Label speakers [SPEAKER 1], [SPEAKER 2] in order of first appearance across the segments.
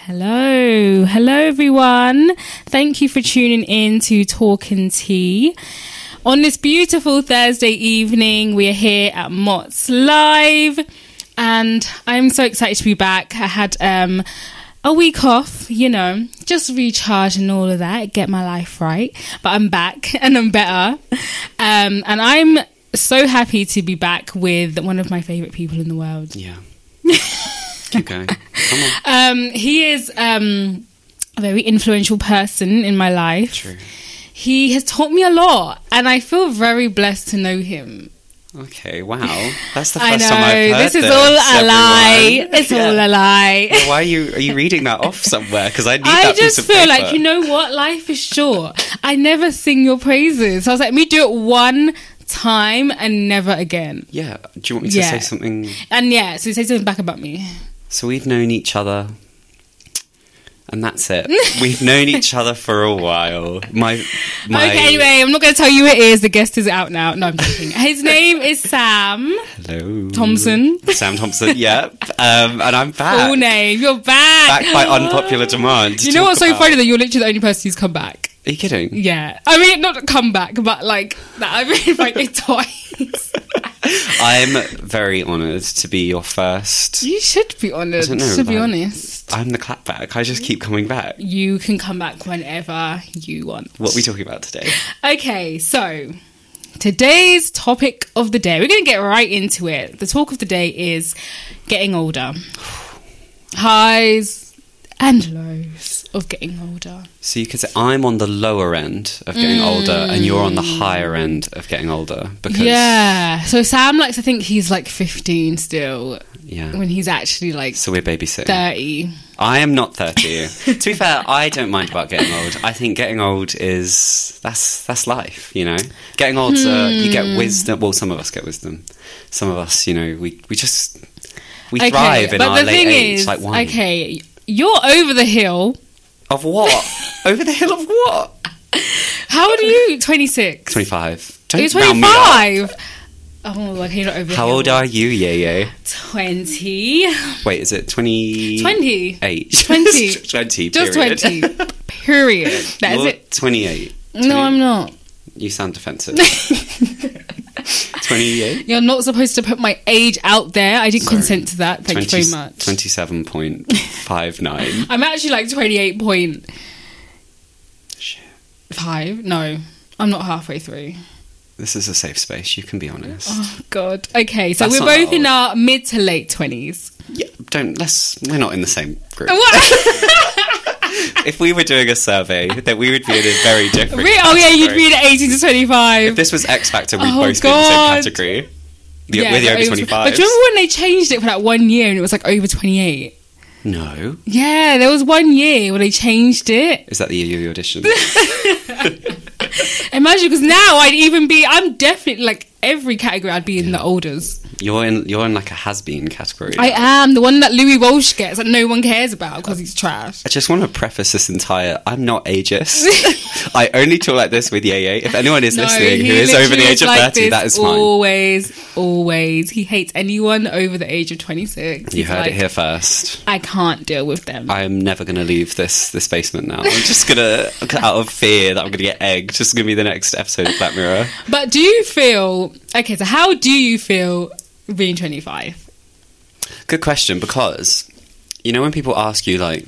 [SPEAKER 1] Hello, hello everyone. Thank you for tuning in to Talking Tea. On this beautiful Thursday evening, we are here at Mott's Live, and I'm so excited to be back. I had um, a week off, you know, just recharge and all of that, get my life right. But I'm back and I'm better. Um, and I'm so happy to be back with one of my favorite people in the world.
[SPEAKER 2] Yeah. Keep going. Come on.
[SPEAKER 1] Um, he is um, a very influential person in my life.
[SPEAKER 2] True.
[SPEAKER 1] He has taught me a lot, and I feel very blessed to know him.
[SPEAKER 2] Okay. Wow. That's the
[SPEAKER 1] I
[SPEAKER 2] first time
[SPEAKER 1] know
[SPEAKER 2] I've heard
[SPEAKER 1] this
[SPEAKER 2] this.
[SPEAKER 1] is all a
[SPEAKER 2] everyone.
[SPEAKER 1] lie. It's
[SPEAKER 2] Yeah.
[SPEAKER 1] all a lie.
[SPEAKER 2] Well, Why are you are you reading that off somewhere? Because I need
[SPEAKER 1] I
[SPEAKER 2] that piece
[SPEAKER 1] just
[SPEAKER 2] of
[SPEAKER 1] feel
[SPEAKER 2] paper.
[SPEAKER 1] like you know what life is short. I never sing your praises. So I was like, me do it one time and never again.
[SPEAKER 2] Yeah. Do you want me to
[SPEAKER 1] Yeah.
[SPEAKER 2] say something?
[SPEAKER 1] And yeah, so he says something back about me.
[SPEAKER 2] So we've known each other, and that's it. we've known each other for a while. My my.
[SPEAKER 1] Okay, anyway, I'm not going to tell you who it is. The guest is out now. No, I'm joking. His name is Sam.
[SPEAKER 2] Hello.
[SPEAKER 1] Thompson.
[SPEAKER 2] Sam Thompson. Yep. Um, and I'm back.
[SPEAKER 1] Full name. You're back.
[SPEAKER 2] Back by unpopular demand. to
[SPEAKER 1] You know
[SPEAKER 2] talk
[SPEAKER 1] what's so
[SPEAKER 2] about-
[SPEAKER 1] funny? That you're literally the only person who's come back.
[SPEAKER 2] Are you kidding?
[SPEAKER 1] Yeah. I mean, not come back, but like, that I've been invited twice.
[SPEAKER 2] I'm very honoured to be your first.
[SPEAKER 1] you should be honest,
[SPEAKER 2] don't know,
[SPEAKER 1] to be
[SPEAKER 2] like-
[SPEAKER 1] honest.
[SPEAKER 2] I'm the clapback. I just keep coming back.
[SPEAKER 1] You can come back whenever you want.
[SPEAKER 2] What are we talking about today?
[SPEAKER 1] Okay, so today's topic of the day, we're going to get right into it. The talk of the day is getting older, highs and lows of getting older.
[SPEAKER 2] So you could say I'm on the lower end of getting older, and you're on the higher end of getting older because
[SPEAKER 1] Mm. Yeah. So Sam likes to think he's like 15 still
[SPEAKER 2] Yeah.
[SPEAKER 1] when he's actually like
[SPEAKER 2] So we're babysitting.
[SPEAKER 1] 30.
[SPEAKER 2] I am not thirty. to be fair, I don't mind about getting old. I think getting old is that's that's life. You know, getting old, uh, you
[SPEAKER 1] Hmm.
[SPEAKER 2] get wisdom. Well, some of us get wisdom. Some of us, you know, we we just we thrive in
[SPEAKER 1] but
[SPEAKER 2] our
[SPEAKER 1] the
[SPEAKER 2] late
[SPEAKER 1] thing
[SPEAKER 2] age,
[SPEAKER 1] is,
[SPEAKER 2] like wine.
[SPEAKER 1] okay, you're over the hill.
[SPEAKER 2] Of what? Over the hill of what?
[SPEAKER 1] How old are you? 26.
[SPEAKER 2] 25.
[SPEAKER 1] You're
[SPEAKER 2] Don't round me up.
[SPEAKER 1] 25. Oh, okay, you're not over the
[SPEAKER 2] How
[SPEAKER 1] hill.
[SPEAKER 2] old are you, yeah, yeah?
[SPEAKER 1] 20.
[SPEAKER 2] Wait, is it 20?
[SPEAKER 1] 20.
[SPEAKER 2] 8.
[SPEAKER 1] 20.
[SPEAKER 2] 20,
[SPEAKER 1] Just
[SPEAKER 2] period.
[SPEAKER 1] 20. Period. That is
[SPEAKER 2] You're
[SPEAKER 1] it.
[SPEAKER 2] 28.
[SPEAKER 1] No, I'm not.
[SPEAKER 2] You sound defensive. 28?
[SPEAKER 1] You're not supposed to put my age out there. I didn't
[SPEAKER 2] Sorry.
[SPEAKER 1] consent to that. Thank you very much.
[SPEAKER 2] 27.59.
[SPEAKER 1] I'm actually like 28.5.
[SPEAKER 2] Shit.
[SPEAKER 1] No, I'm not halfway through.
[SPEAKER 2] This is a safe space, you can be honest.
[SPEAKER 1] Oh, God. Okay, so
[SPEAKER 2] That's
[SPEAKER 1] we're
[SPEAKER 2] not
[SPEAKER 1] both in
[SPEAKER 2] old.
[SPEAKER 1] our mid to late 20s.
[SPEAKER 2] Yeah, don't, let's, we're not in the same group.
[SPEAKER 1] Oh, What?
[SPEAKER 2] If we were doing a survey, that we would be in a very different
[SPEAKER 1] Re- oh, yeah, you'd
[SPEAKER 2] category.
[SPEAKER 1] be in 18 to 25.
[SPEAKER 2] If this was X Factor, we'd
[SPEAKER 1] Oh,
[SPEAKER 2] both be in the
[SPEAKER 1] God.
[SPEAKER 2] same category. The, we're
[SPEAKER 1] but
[SPEAKER 2] the over
[SPEAKER 1] it was-
[SPEAKER 2] 25s.
[SPEAKER 1] But do you remember when they changed it for that one year and it was like over 28?
[SPEAKER 2] No.
[SPEAKER 1] Yeah, there was one year where they changed it.
[SPEAKER 2] Is that the year you auditioned?
[SPEAKER 1] Imagine, because now I'd even be, I'm definitely like every category I'd be in the olders.
[SPEAKER 2] you're in you're in like a has been category.
[SPEAKER 1] I am the one that Louis Walsh gets that no one cares about because he's trash.
[SPEAKER 2] I just want to preface this entire I'm not ageist. I only talk like this with Yeye. If anyone is listening who
[SPEAKER 1] he
[SPEAKER 2] is over the
[SPEAKER 1] literally
[SPEAKER 2] age of
[SPEAKER 1] like
[SPEAKER 2] 30,
[SPEAKER 1] this
[SPEAKER 2] that is fine.
[SPEAKER 1] Always, always. He hates anyone over the age of 26.
[SPEAKER 2] You
[SPEAKER 1] He's
[SPEAKER 2] heard
[SPEAKER 1] like,
[SPEAKER 2] it here first.
[SPEAKER 1] I can't deal with them.
[SPEAKER 2] I am never going to leave this this basement now. I'm just going to, out of fear that I'm going to get egged, just going to be the next episode of Black Mirror.
[SPEAKER 1] but do you feel, okay, so how do you feel being 25?
[SPEAKER 2] Good question because you know when people ask you like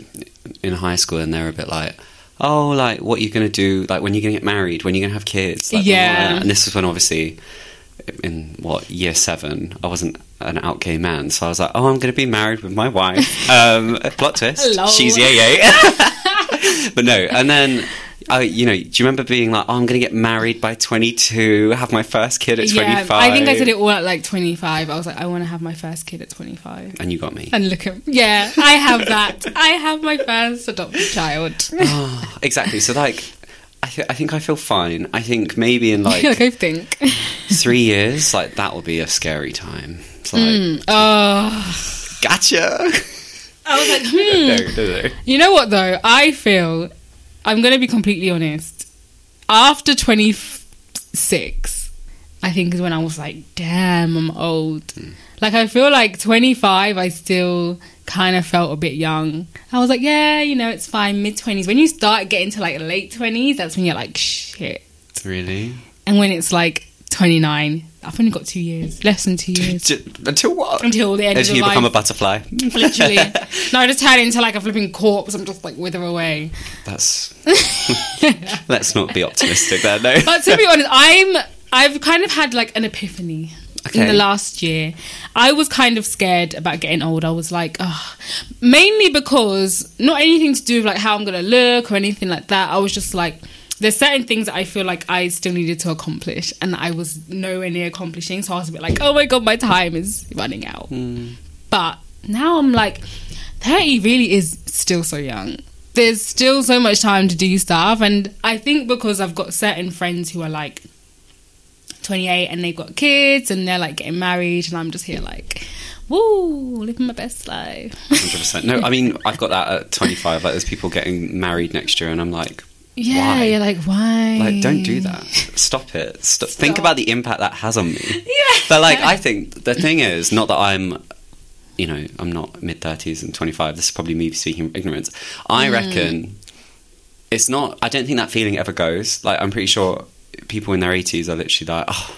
[SPEAKER 2] in high school and they're a bit like, oh, like what are you gonna do? Like when you're gonna get married? When you're gonna have kids? Like, blah, blah,
[SPEAKER 1] Yeah.
[SPEAKER 2] blah. And this was when obviously in what year seven I wasn't an out gay man, so I was like, oh, I'm gonna be married with my wife. um, plot twist,
[SPEAKER 1] Lol.
[SPEAKER 2] she's yay yay. but no, and then. I, you know, do you remember being like, "Oh, I'm going to get married by 22, have my first kid at 25"?
[SPEAKER 1] I think I said it all at like 25. I was like, I want to have my first kid at 25.
[SPEAKER 2] and you got me.
[SPEAKER 1] And look at yeah, I have that. I have my first adopted child.
[SPEAKER 2] Ah, exactly. So like, I, th- I think I feel fine. I think maybe in like
[SPEAKER 1] like I think.
[SPEAKER 2] three years, like that will be a scary time. It's like,
[SPEAKER 1] Oh,
[SPEAKER 2] gotcha.
[SPEAKER 1] I was like, hmm.
[SPEAKER 2] no, no, no.
[SPEAKER 1] You know what though? I feel I'm going to be completely honest. After 20, six, I think is when I was like, damn, I'm old.
[SPEAKER 2] Hmm.
[SPEAKER 1] Like, I feel like 25, I still kind of felt a bit young. I was like, yeah, you know, it's fine, mid 20s. When you start getting to like late 20s, that's when you're like, shit.
[SPEAKER 2] Really?
[SPEAKER 1] And when it's like 29, I've only got two years, less than two years.
[SPEAKER 2] J- until what?
[SPEAKER 1] Until the end of
[SPEAKER 2] Until you
[SPEAKER 1] your
[SPEAKER 2] become a
[SPEAKER 1] life.
[SPEAKER 2] butterfly.
[SPEAKER 1] Literally. no, I just turn into like a flipping corpse. I'm just like wither away.
[SPEAKER 2] That's. Let's not be optimistic there, no.
[SPEAKER 1] But to be honest, I'm I've kind of had like an epiphany in
[SPEAKER 2] Okay.
[SPEAKER 1] the last year. I was kind of scared about getting old. I was like, oh, mainly because not anything to do with like how I'm gonna look or anything like that. I was just like. There's certain things that I feel like I still needed to accomplish, and I was nowhere near accomplishing. So I was a bit like, "Oh my god, my time is running out." But now I'm like, 30 really is still so young. There's still so much time to do stuff. And I think because I've got certain friends who are like 28 and they've got kids and they're like getting married, and I'm just here like, woo, living my best life.
[SPEAKER 2] 100%. No, I mean, I've got that at 25. Like, there's people getting married next year, and I'm like,
[SPEAKER 1] yeah,
[SPEAKER 2] why?
[SPEAKER 1] you're like, why?
[SPEAKER 2] Like, don't do that. Stop it. Stop. Think
[SPEAKER 1] Stop.
[SPEAKER 2] about the impact that has on me.
[SPEAKER 1] Yeah.
[SPEAKER 2] But, like, I think the thing is, not that I'm, you know, I'm not mid 30s and 25. This is probably me speaking ignorance. I reckon it's not, I don't think that feeling ever goes. Like, I'm pretty sure people in their 80s are literally like, oh,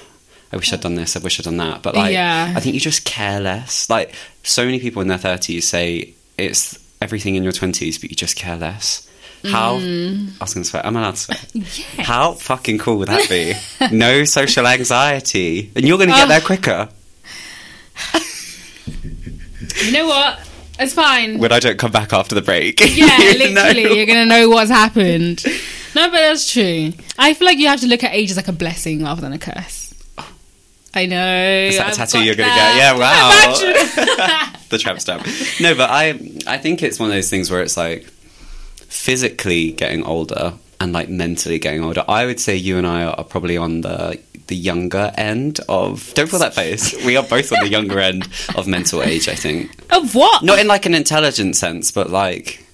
[SPEAKER 2] I wish I'd done this, I wish I'd done that. But, like,
[SPEAKER 1] Yeah.
[SPEAKER 2] I think you just care less. Like, so many people in their 30s say it's everything in your 20s, but you just care less. How I was going to swear, I'm allowed to swear. How fucking cool would that be? no social anxiety, and you're going to get
[SPEAKER 1] Ugh.
[SPEAKER 2] there quicker.
[SPEAKER 1] You know what? It's fine.
[SPEAKER 2] When I don't come back after the break,
[SPEAKER 1] Yeah,
[SPEAKER 2] You know?
[SPEAKER 1] literally, you're gonna know what's happened. No, but that's true. I feel like you have to look at age as like a blessing rather than a curse. I know. Is
[SPEAKER 2] that a tattoo you're gonna get? Yeah, wow. the tramp stamp. No, but I I think it's one of those things where it's like physically getting older and like mentally getting older. I would say you and I are probably on the the younger end of don't pull that face. We are both on the younger end of mental age, I think.
[SPEAKER 1] of what?
[SPEAKER 2] Not in like an intelligent sense, but like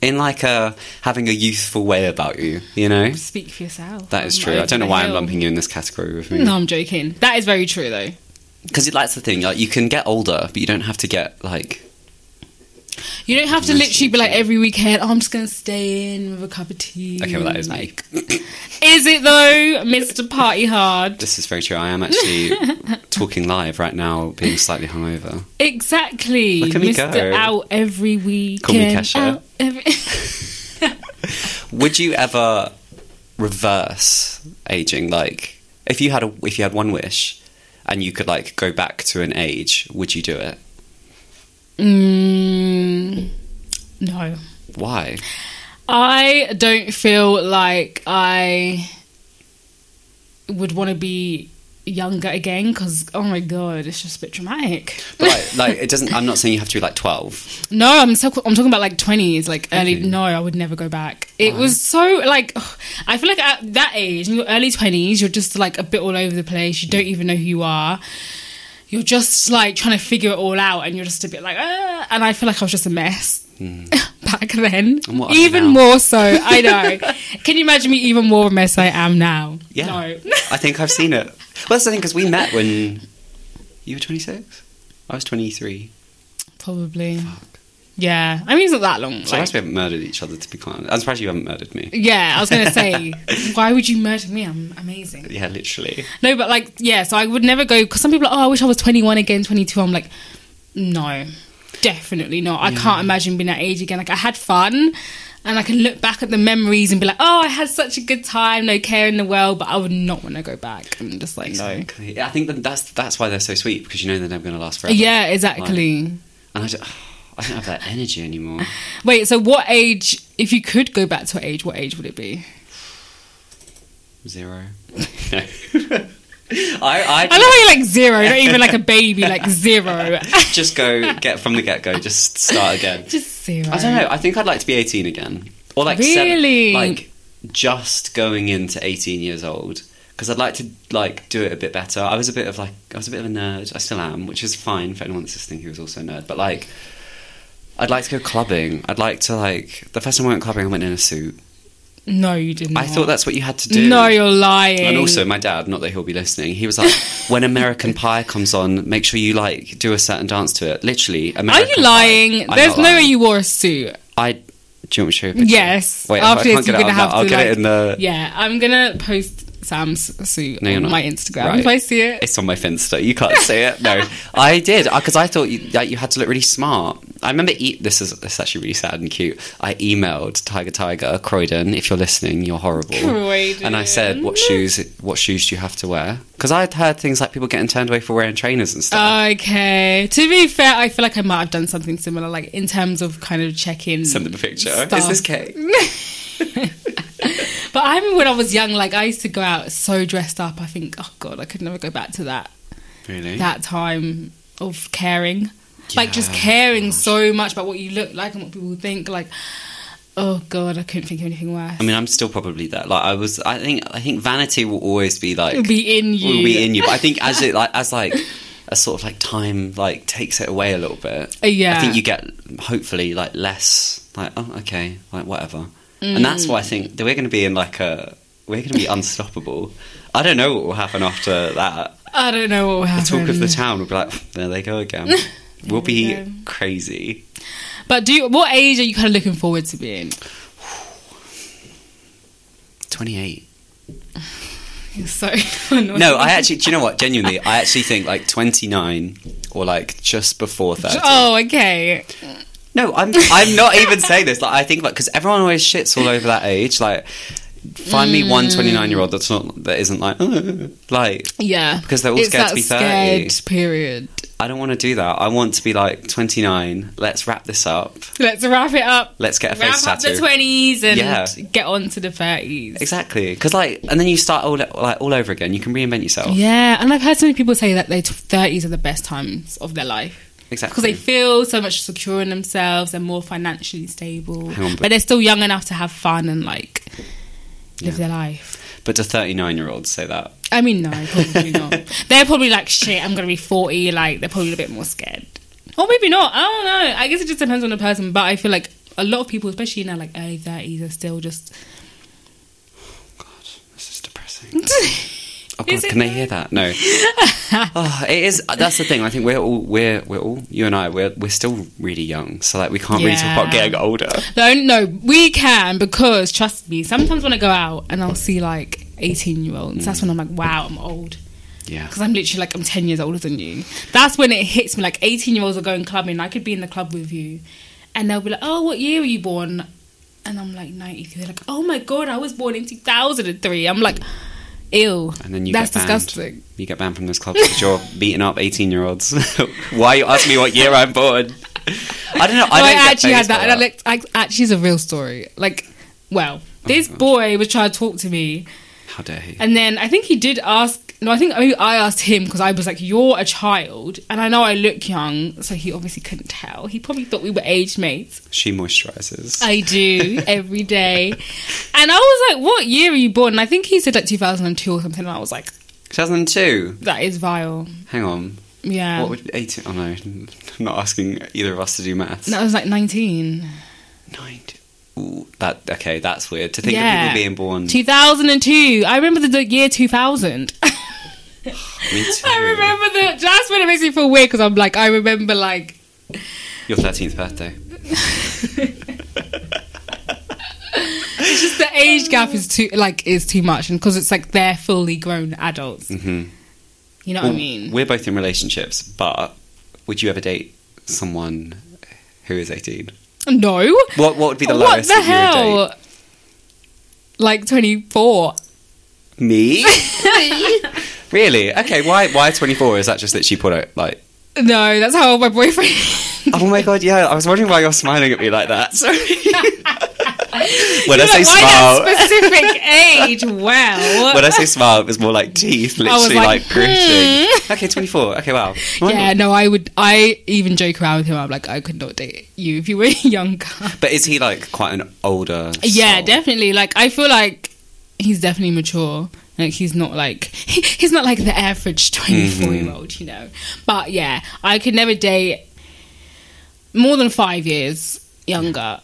[SPEAKER 2] in like a having a youthful way about you, you know?
[SPEAKER 1] Speak for yourself.
[SPEAKER 2] That is
[SPEAKER 1] I'm
[SPEAKER 2] true.
[SPEAKER 1] over
[SPEAKER 2] I don't know
[SPEAKER 1] the
[SPEAKER 2] why I'm
[SPEAKER 1] hill.
[SPEAKER 2] lumping you in this category with me.
[SPEAKER 1] No, I'm joking. That is very true, though.
[SPEAKER 2] Because that's the thing, like you can get older, but you don't have to get like
[SPEAKER 1] You don't have to
[SPEAKER 2] Nice
[SPEAKER 1] literally be
[SPEAKER 2] to
[SPEAKER 1] like every weekend. Oh, I'm just gonna stay in with a cup of tea.
[SPEAKER 2] Okay, well that is me.
[SPEAKER 1] like, is it though, Mister Party Hard?
[SPEAKER 2] This is very true. I am actually talking live right now, being slightly hungover.
[SPEAKER 1] Exactly,
[SPEAKER 2] Look at me
[SPEAKER 1] Mr.
[SPEAKER 2] go.
[SPEAKER 1] Out every weekend.
[SPEAKER 2] Call me Kesha.
[SPEAKER 1] Out every-
[SPEAKER 2] Would you ever reverse aging? Like, if you had a, if you had one wish, and you could like go back to an age, would you do it?
[SPEAKER 1] Mm, no.
[SPEAKER 2] Why?
[SPEAKER 1] I don't feel like I would want to be younger again because, oh my god, it's just a bit traumatic.
[SPEAKER 2] But like, like, it doesn't. I'm not saying you have to be like 12.
[SPEAKER 1] No, I'm so, I'm talking about like 20s, like early.
[SPEAKER 2] Okay.
[SPEAKER 1] No, I would never go back. It was so like ugh, I feel like at that age, in your early 20s, you're just like a bit all over the place. You don't even know who you are. You're just like trying to figure it all out, and you're just a bit like, ah, and I feel like I was just a mess. Back then,
[SPEAKER 2] Hmm. And what are you
[SPEAKER 1] even
[SPEAKER 2] now?
[SPEAKER 1] more so. I know. Can you imagine me even more of a mess I am now?
[SPEAKER 2] Yeah,
[SPEAKER 1] No.
[SPEAKER 2] I think I've seen it. Well, that's the thing because we met when you were 26. I was 23.
[SPEAKER 1] Probably. Yeah. I mean, it's not that long.
[SPEAKER 2] So I
[SPEAKER 1] like-
[SPEAKER 2] guess we haven't murdered each other, to be quite honest. I'm surprised you haven't murdered me.
[SPEAKER 1] yeah, I was gonna say, why would you murder me? I'm amazing.
[SPEAKER 2] Yeah, literally.
[SPEAKER 1] No, but like, yeah, so I would never go because some people are like, oh, I wish I was 21 again, 22. I'm like, no, definitely not. I
[SPEAKER 2] Mm.
[SPEAKER 1] can't imagine being that age again. Like, I had fun and I can look back at the memories and be like, oh, I had such a good time, no care in the world, but I would not want to go back. I'm just like, no.
[SPEAKER 2] Exactly. Yeah, I think that that's that's why they're so sweet because you know they're never going to last forever.
[SPEAKER 1] Yeah, exactly.
[SPEAKER 2] And I don't, I don't have that energy anymore.
[SPEAKER 1] Wait, so what age, if you could go back to an age, what age would it be?
[SPEAKER 2] Zero. No. I,
[SPEAKER 1] I love how you're like zero, not even like a baby, like zero.
[SPEAKER 2] I just go get from the get go. Just start again.
[SPEAKER 1] Just zero.
[SPEAKER 2] I don't know. I think I'd like to be eighteen again, or like seven-
[SPEAKER 1] Um, Really?
[SPEAKER 2] like just going into eighteen years old. Because I'd like to like do it a bit better. I was a bit of like I was a bit of a nerd. I still am, which is fine for anyone that's listening who is also a nerd. But like, I'd like to go clubbing. I'd like to like the first time I went clubbing, I went in a suit.
[SPEAKER 1] No, you didn't.
[SPEAKER 2] I thought that's what you had to do.
[SPEAKER 1] No, you're lying.
[SPEAKER 2] And also, my dad, not that he'll be listening, he was like, when American Pie comes on, make sure you like do a certain dance to it. Literally,
[SPEAKER 1] are
[SPEAKER 2] American
[SPEAKER 1] you
[SPEAKER 2] Pie.
[SPEAKER 1] lying?
[SPEAKER 2] I'm
[SPEAKER 1] There's
[SPEAKER 2] not
[SPEAKER 1] no way
[SPEAKER 2] lying.
[SPEAKER 1] you wore a suit.
[SPEAKER 2] I. Do you want me to show you a picture?
[SPEAKER 1] Yes.
[SPEAKER 2] Wait,
[SPEAKER 1] After
[SPEAKER 2] I
[SPEAKER 1] this,
[SPEAKER 2] can't get
[SPEAKER 1] you're
[SPEAKER 2] it
[SPEAKER 1] gonna
[SPEAKER 2] out now.
[SPEAKER 1] have to,
[SPEAKER 2] I'll get
[SPEAKER 1] like-
[SPEAKER 2] it in the.
[SPEAKER 1] Yeah, I'm gonna post Sam's suit
[SPEAKER 2] No, you're
[SPEAKER 1] on
[SPEAKER 2] not.
[SPEAKER 1] my Instagram
[SPEAKER 2] Right.
[SPEAKER 1] if I see it.
[SPEAKER 2] It's on my Finster. You can't see it. No, I did because I thought you, like, you had to look really smart. I remember. E- this is this is actually really sad and cute. I emailed Tiger Tiger Croydon. If you're listening, you're horrible.
[SPEAKER 1] Croydon.
[SPEAKER 2] And I said, what shoes? What shoes do you have to wear? Because I had heard things like people getting turned away for wearing trainers and
[SPEAKER 1] Uh,
[SPEAKER 2] stuff.
[SPEAKER 1] Okay. To be fair, I feel like I might have done something similar, like in terms of kind of checking.
[SPEAKER 2] Send them a picture.
[SPEAKER 1] stuff.
[SPEAKER 2] Is this cake?
[SPEAKER 1] But I remember when I was young, like I used to go out so dressed up. I think, oh god, I could never go back to that
[SPEAKER 2] Really?
[SPEAKER 1] that time of caring, like just
[SPEAKER 2] Yeah.
[SPEAKER 1] caring so much about what you look like and what people think. Like, oh god, I couldn't think of anything worse.
[SPEAKER 2] I mean, I'm still probably that. Like, I was. I think. I think vanity will always be like.
[SPEAKER 1] It'll be in you.
[SPEAKER 2] will be in you. But I think as it like as like a sort of like time like takes it away a little bit.
[SPEAKER 1] Uh, yeah.
[SPEAKER 2] I think you get hopefully like less like oh okay like whatever. And that's why I think
[SPEAKER 1] Mm.
[SPEAKER 2] that we're going to be in like a we're going to be unstoppable. I don't know what will happen after that.
[SPEAKER 1] I don't know what will
[SPEAKER 2] The
[SPEAKER 1] happen.
[SPEAKER 2] talk of the town will be like there they go again. We'll
[SPEAKER 1] we
[SPEAKER 2] be
[SPEAKER 1] go.
[SPEAKER 2] crazy.
[SPEAKER 1] But do you, what age are you kind of looking forward to being?
[SPEAKER 2] Twenty eight.
[SPEAKER 1] You're so annoying.
[SPEAKER 2] No, I actually. Do you know what? Genuinely, I actually think like twenty nine or like just before thirty.
[SPEAKER 1] Oh, okay.
[SPEAKER 2] No, I'm I'm not even saying this. Like I think like because everyone always shits all over that age. Like find me
[SPEAKER 1] Mm.
[SPEAKER 2] one 29 year old that's not that isn't like "Ugh," like
[SPEAKER 1] Yeah.
[SPEAKER 2] Because they're all
[SPEAKER 1] it's
[SPEAKER 2] scared
[SPEAKER 1] that
[SPEAKER 2] to be 30.
[SPEAKER 1] scared period.
[SPEAKER 2] I don't want to do that. I want to be like 29. Let's wrap this up.
[SPEAKER 1] Let's wrap it up.
[SPEAKER 2] Let's get a
[SPEAKER 1] wrap
[SPEAKER 2] face
[SPEAKER 1] up
[SPEAKER 2] tattoo.
[SPEAKER 1] the 20s and
[SPEAKER 2] Yeah.
[SPEAKER 1] get on to the 30s.
[SPEAKER 2] exactly. Because like and then you start all like all over again. You can reinvent yourself.
[SPEAKER 1] Yeah, and I've heard so many people say that their 30s are the best times of their life. Because
[SPEAKER 2] Exactly.
[SPEAKER 1] they feel so much secure in themselves and more financially stable.
[SPEAKER 2] Hang on,
[SPEAKER 1] but,
[SPEAKER 2] but-
[SPEAKER 1] they're still young enough to have fun and like live their life.
[SPEAKER 2] but do 39 year olds say that?
[SPEAKER 1] I mean, no, probably not. They're probably like, shit, I'm going to be 40. Like, they're probably a bit more scared. Or maybe not. I don't know. I guess it just depends on the person. But I feel like a lot of people, especially in their like early 30s, are still just.
[SPEAKER 2] This is depressing. Oh god,
[SPEAKER 1] Is it
[SPEAKER 2] can they
[SPEAKER 1] though?
[SPEAKER 2] hear that? No. oh, it is. That's the thing. I think we're all we're we're all you and I. We're we're still really young, so like we can't really talk about
[SPEAKER 1] Yeah.
[SPEAKER 2] getting older.
[SPEAKER 1] No, no, we can because trust me. Sometimes when I go out and I'll see like eighteen-year-olds,
[SPEAKER 2] Mm.
[SPEAKER 1] that's when I'm like, wow, I'm old
[SPEAKER 2] Yeah.
[SPEAKER 1] because I'm literally like I'm ten years older than you. That's when it hits me. Like eighteen-year-olds are going clubbing. I could be in the club with you, and they'll be like, oh, what year were you born? And I'm like ninety-three. They're like, oh my god, I was born in two thousand and three. I'm like, ew.
[SPEAKER 2] And then you
[SPEAKER 1] that's
[SPEAKER 2] get banned.
[SPEAKER 1] disgusting.
[SPEAKER 2] You get banned from those clubs because you're beating up 18 year olds. Why you ask me what year I'm born? I don't know.
[SPEAKER 1] I,
[SPEAKER 2] I, don't get
[SPEAKER 1] actually had
[SPEAKER 2] phased
[SPEAKER 1] that.
[SPEAKER 2] by
[SPEAKER 1] And I, like, I, actually, is a real story. Like, well,
[SPEAKER 2] Oh
[SPEAKER 1] this boy was trying to talk to me.
[SPEAKER 2] How dare he?
[SPEAKER 1] And then I think he did ask. No, I think maybe I asked him because I was like, "You're a child," and I know I look young, so he obviously couldn't tell. He probably thought we were age mates.
[SPEAKER 2] She moisturizes.
[SPEAKER 1] I do every day, and I was like, "What year are you born?" And I think he said like 2002 or something, and I was like,
[SPEAKER 2] 2002.
[SPEAKER 1] "That is vile."
[SPEAKER 2] Hang on.
[SPEAKER 1] Yeah,
[SPEAKER 2] what would 18? Oh no, I'm not asking either of us to do maths.
[SPEAKER 1] no, I was like 19.
[SPEAKER 2] Nine. Ooh, that okay. That's weird to think
[SPEAKER 1] yeah,
[SPEAKER 2] of people being born.
[SPEAKER 1] 2002. I remember the, the year 2000.
[SPEAKER 2] Me too.
[SPEAKER 1] I remember the. That's when it makes me feel weird because I'm like, I remember like
[SPEAKER 2] your 13th birthday.
[SPEAKER 1] just the age gap is too like is too much, and because it's like they're fully grown adults.
[SPEAKER 2] Mm-hmm.
[SPEAKER 1] You know what I
[SPEAKER 2] Well,
[SPEAKER 1] mean?
[SPEAKER 2] we're both in relationships, but would you ever date someone who is 18?
[SPEAKER 1] No.
[SPEAKER 2] What What would be the
[SPEAKER 1] what
[SPEAKER 2] lowest
[SPEAKER 1] the
[SPEAKER 2] that you would
[SPEAKER 1] hell? Like twenty four.
[SPEAKER 2] date? Me? Really? Okay. Why? Why twenty four? Is that just that she put it like?
[SPEAKER 1] No, that's how old my boyfriend.
[SPEAKER 2] Oh my god! Yeah, I was wondering why you're smiling at me like that. Sorry. when
[SPEAKER 1] You're
[SPEAKER 2] I say
[SPEAKER 1] like, why
[SPEAKER 2] smile,
[SPEAKER 1] that specific age? Wow.
[SPEAKER 2] when I say smile, it was more like
[SPEAKER 1] was
[SPEAKER 2] teeth, literally
[SPEAKER 1] like, hmm.
[SPEAKER 2] like, gritting. Okay, twenty four. Okay, wow. Why
[SPEAKER 1] yeah,
[SPEAKER 2] not?
[SPEAKER 1] no, I would. I even joke around with him. I'm like, I could not date you if you were younger.
[SPEAKER 2] But is he like quite an older?
[SPEAKER 1] Yeah,
[SPEAKER 2] soul?
[SPEAKER 1] definitely. Like, I feel like he's definitely mature. Like, he's not like he, he's not like the average twenty-four-year-old,
[SPEAKER 2] Mm-hmm.
[SPEAKER 1] you know. But yeah, I could never date more than five years younger.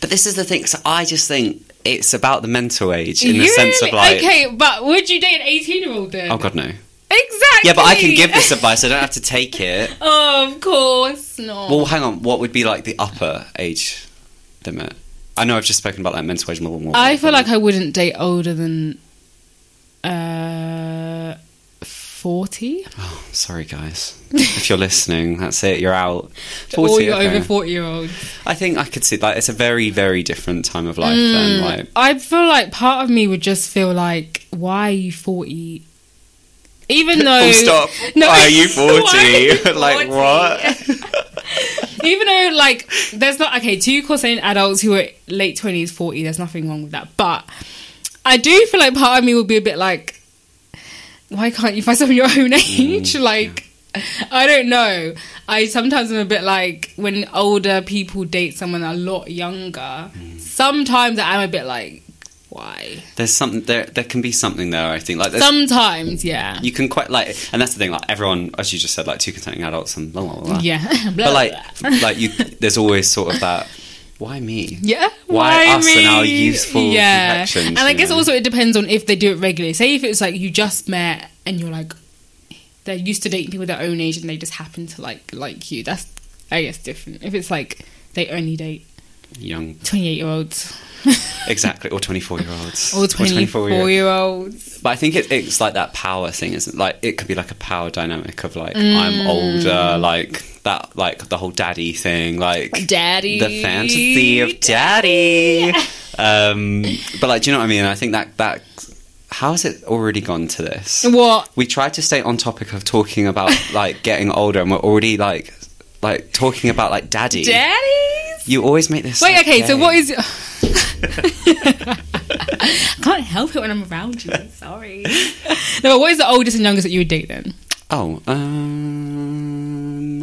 [SPEAKER 2] But this is the thing. So I just think it's about the mental age in the sense of
[SPEAKER 1] really-
[SPEAKER 2] like,
[SPEAKER 1] okay, but would you date an eighteen-year-old then?
[SPEAKER 2] oh god, no.
[SPEAKER 1] Exactly.
[SPEAKER 2] Yeah, but I can give this advice. I don't have to take it.
[SPEAKER 1] oh, of course not.
[SPEAKER 2] Well, hang on. What would be like the upper age limit? I know I've just spoken about like mental age more. more
[SPEAKER 1] I feel like I wouldn't date older than uh, forty.
[SPEAKER 2] Oh, sorry, guys. if you're listening, that's it. You're out.
[SPEAKER 1] or
[SPEAKER 2] 40,
[SPEAKER 1] you're
[SPEAKER 2] okay.
[SPEAKER 1] over forty-year-olds.
[SPEAKER 2] I think I could see like it's a very, very different time of life
[SPEAKER 1] Mm.
[SPEAKER 2] than like.
[SPEAKER 1] I feel like part of me would just feel like, why are you forty? Even though
[SPEAKER 2] Full stop. Why are you
[SPEAKER 1] Oh, Why
[SPEAKER 2] 40?
[SPEAKER 1] are you
[SPEAKER 2] like
[SPEAKER 1] 40?
[SPEAKER 2] what?
[SPEAKER 1] Even though, like, there's not okay. To call saying adults who are late twenties, forty, there's nothing wrong with that. But I do feel like part of me would be a bit like, why can't you find someone your own
[SPEAKER 2] Mm,
[SPEAKER 1] age? like, I don't know. I sometimes am a bit like when older people date someone a lot younger.
[SPEAKER 2] Mm.
[SPEAKER 1] Sometimes I'm a bit like, why?
[SPEAKER 2] There's something there. There can be something there. I think like there's
[SPEAKER 1] Sometimes, yeah,
[SPEAKER 2] you can quite like, and that's the thing. Like everyone, as you just said, like two consenting adults and blah blah blah. blah.
[SPEAKER 1] yeah.
[SPEAKER 2] But like, like you, there's always sort of that. Why me?
[SPEAKER 1] Yeah.
[SPEAKER 2] Why us and our
[SPEAKER 1] me?
[SPEAKER 2] youthful complexions,
[SPEAKER 1] And I
[SPEAKER 2] you
[SPEAKER 1] guess
[SPEAKER 2] know?
[SPEAKER 1] also it depends on if they do it regularly. Say if it's like you just met and you're like they're used to dating people their own age and they just happen to like like you. That's I guess different. If it's like they only date
[SPEAKER 2] Young,
[SPEAKER 1] twenty eight year olds
[SPEAKER 2] exactly, or 24 year olds,
[SPEAKER 1] or twenty four year olds.
[SPEAKER 2] But I think it, it's like that power thing, isn't it? like it could be like a power dynamic of like
[SPEAKER 1] Mm.
[SPEAKER 2] I'm older, like that, like the whole daddy thing, like
[SPEAKER 1] Daddy
[SPEAKER 2] the fantasy of daddy. Um, but like, do you know what I mean? I think that that how has it already gone to this?
[SPEAKER 1] What?
[SPEAKER 2] We tried to stay on topic of talking about like getting older, and we're already like like talking about like daddy.
[SPEAKER 1] Daddies?
[SPEAKER 2] you always make this.
[SPEAKER 1] Wait,
[SPEAKER 2] like,
[SPEAKER 1] okay, so
[SPEAKER 2] gay.
[SPEAKER 1] what is I can't help it when I'm around you. Sorry. No, but what is the oldest and youngest that you would date then?
[SPEAKER 2] Oh, um,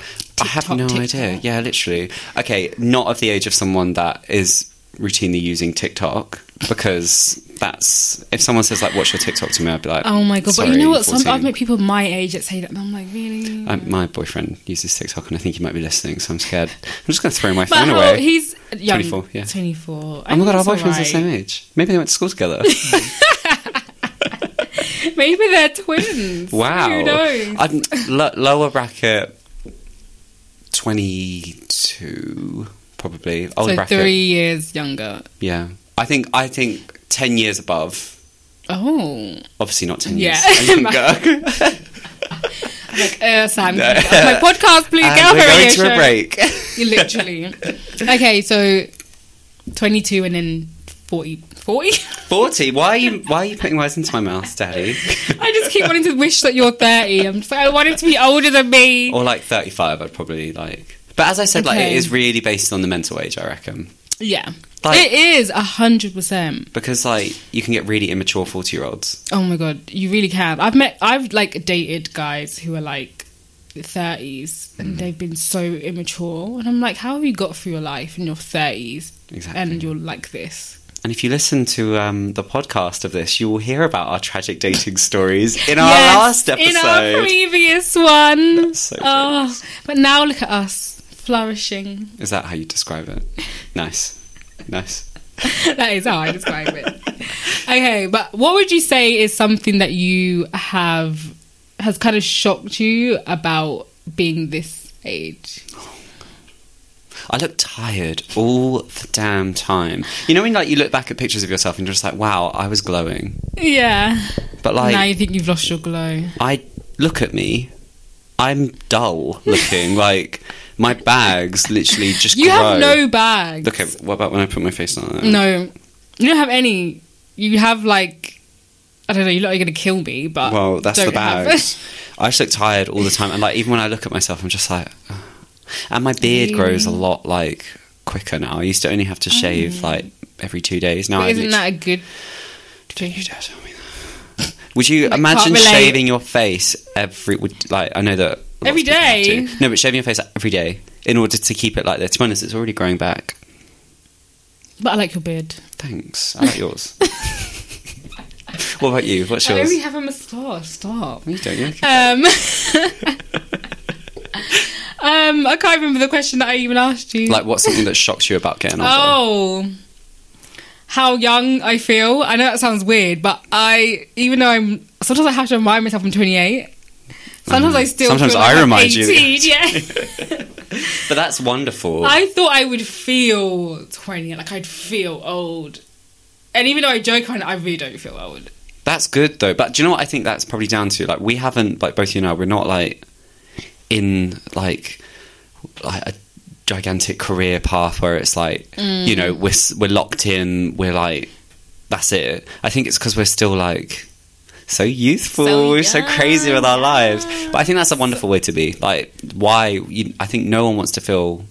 [SPEAKER 2] I have
[SPEAKER 1] Tick-tock,
[SPEAKER 2] no
[SPEAKER 1] tick-tock.
[SPEAKER 2] idea. Yeah, literally. Okay, not of the age of someone that is routinely using TikTok because that's if someone says like, "What's your TikTok?" to me, I'd be like,
[SPEAKER 1] Oh my god!
[SPEAKER 2] Sorry,
[SPEAKER 1] but you know what? Some I've
[SPEAKER 2] 14."
[SPEAKER 1] met people my age that say that, and I'm like, really?
[SPEAKER 2] Um, my boyfriend uses TikTok, and I think he might be listening, so I'm scared. I'm just going to throw my
[SPEAKER 1] but
[SPEAKER 2] phone
[SPEAKER 1] how-
[SPEAKER 2] away.
[SPEAKER 1] he's young.
[SPEAKER 2] 24, yeah.
[SPEAKER 1] 24.
[SPEAKER 2] oh my god, our boyfriend's the same age. Maybe they went to school together.
[SPEAKER 1] age. Maybe they're twins.
[SPEAKER 2] Wow.
[SPEAKER 1] Who knows?
[SPEAKER 2] I'm, lo- lower bracket 22 probably. Older
[SPEAKER 1] so
[SPEAKER 2] bracket.
[SPEAKER 1] three years younger.
[SPEAKER 2] Yeah. I think I think 10 years above.
[SPEAKER 1] Oh,
[SPEAKER 2] Obviously not 10
[SPEAKER 1] Yeah.
[SPEAKER 2] years younger.
[SPEAKER 1] like uh, Sam, can you get off my podcast, please.
[SPEAKER 2] And
[SPEAKER 1] get off my
[SPEAKER 2] we're going
[SPEAKER 1] radio
[SPEAKER 2] to
[SPEAKER 1] show.
[SPEAKER 2] a break.
[SPEAKER 1] You Literally. okay, so 22 and then 40. 40?
[SPEAKER 2] 40. Why are you why are you putting words into my mouth, daddy?
[SPEAKER 1] I just keep wanting to wish that you're 30. I'm just like, I want him to be older than me.
[SPEAKER 2] or like 35 I'd probably like. But as I said like it
[SPEAKER 1] Okay.
[SPEAKER 2] is really based on the mental age, I reckon.
[SPEAKER 1] Yeah.
[SPEAKER 2] Like-
[SPEAKER 1] it is a hundred percent.
[SPEAKER 2] Because like you can get really immature 40-year-olds.
[SPEAKER 1] Oh my god, you really can. I've met, I've like dated guys who are like thirties,
[SPEAKER 2] Mm.
[SPEAKER 1] and they've been so immature, and I'm like, how have you got through your life in your thirties,
[SPEAKER 2] Exactly.
[SPEAKER 1] and you're like this?
[SPEAKER 2] And if you listen to um, the podcast of this, you will hear about our tragic dating stories in our
[SPEAKER 1] Yes,
[SPEAKER 2] last episode.
[SPEAKER 1] in our previous one.
[SPEAKER 2] so
[SPEAKER 1] oh, but now look at us flourishing.
[SPEAKER 2] Is that how you describe it? Nice. Nice.
[SPEAKER 1] that is how I describe it. Okay, but what would you say is something that you have has kind of shocked you about being this age?
[SPEAKER 2] I look tired all the damn time. You know when like you look back at pictures of yourself and you're just like, wow, I was glowing.
[SPEAKER 1] Yeah.
[SPEAKER 2] But like
[SPEAKER 1] now you think you've lost your glow.
[SPEAKER 2] I look at me, I'm dull looking. like my bags literally just
[SPEAKER 1] You
[SPEAKER 2] grow.
[SPEAKER 1] have no Mm. bags.
[SPEAKER 2] Look at what about when I put my face on it?
[SPEAKER 1] No. You don't have any. You have like I don't know, you're not gonna kill me, but
[SPEAKER 2] Well, that's the
[SPEAKER 1] don't have-
[SPEAKER 2] bags. I just look tired all the time, and like even when I look at myself, I'm just like, "Ugh." and my beard grows a lot like quicker now. I used to only have to shave like every two days. Now
[SPEAKER 1] Oh. But
[SPEAKER 2] I
[SPEAKER 1] isn't
[SPEAKER 2] literally-
[SPEAKER 1] that a good
[SPEAKER 2] you dare tell me that. Would you
[SPEAKER 1] can't
[SPEAKER 2] imagine
[SPEAKER 1] relate.
[SPEAKER 2] shaving your face every? Would like I know that lots of
[SPEAKER 1] Every
[SPEAKER 2] people have
[SPEAKER 1] day?
[SPEAKER 2] to. No, but shaving your face every day in order to keep it like this. To be honest, it's already growing back.
[SPEAKER 1] But I like your beard.
[SPEAKER 2] Thanks. I like yours. what about you? What's
[SPEAKER 1] I
[SPEAKER 2] yours?
[SPEAKER 1] only Um, have a moustache, stop.
[SPEAKER 2] you don't. You
[SPEAKER 1] Um, Um, I can't remember the question that I even asked you.
[SPEAKER 2] Like, what's something that shocks you about getting older?
[SPEAKER 1] oh, how young I feel. I know that sounds weird, but I, even though I'm, sometimes I have to remind myself I'm 28. Sometimes I still.
[SPEAKER 2] Mm. Sometimes
[SPEAKER 1] feel like
[SPEAKER 2] I
[SPEAKER 1] I'm
[SPEAKER 2] remind you
[SPEAKER 1] 18,
[SPEAKER 2] that
[SPEAKER 1] Yeah.
[SPEAKER 2] But that's wonderful.
[SPEAKER 1] I thought I would feel 20, like I'd feel old. And even though I joke on it, I really don't feel old.
[SPEAKER 2] That's good though. But do you know what I think that's probably down to? Like we haven't like both you and I we're not like in like like a gigantic career path where it's like
[SPEAKER 1] Mm.
[SPEAKER 2] you know we're s- we're locked in. We're like that's it. I think it's because we're still like so youthful.
[SPEAKER 1] So
[SPEAKER 2] we're so crazy with our
[SPEAKER 1] young.
[SPEAKER 2] lives. But I think that's a wonderful way to be. Like why? You, I think no one wants to feel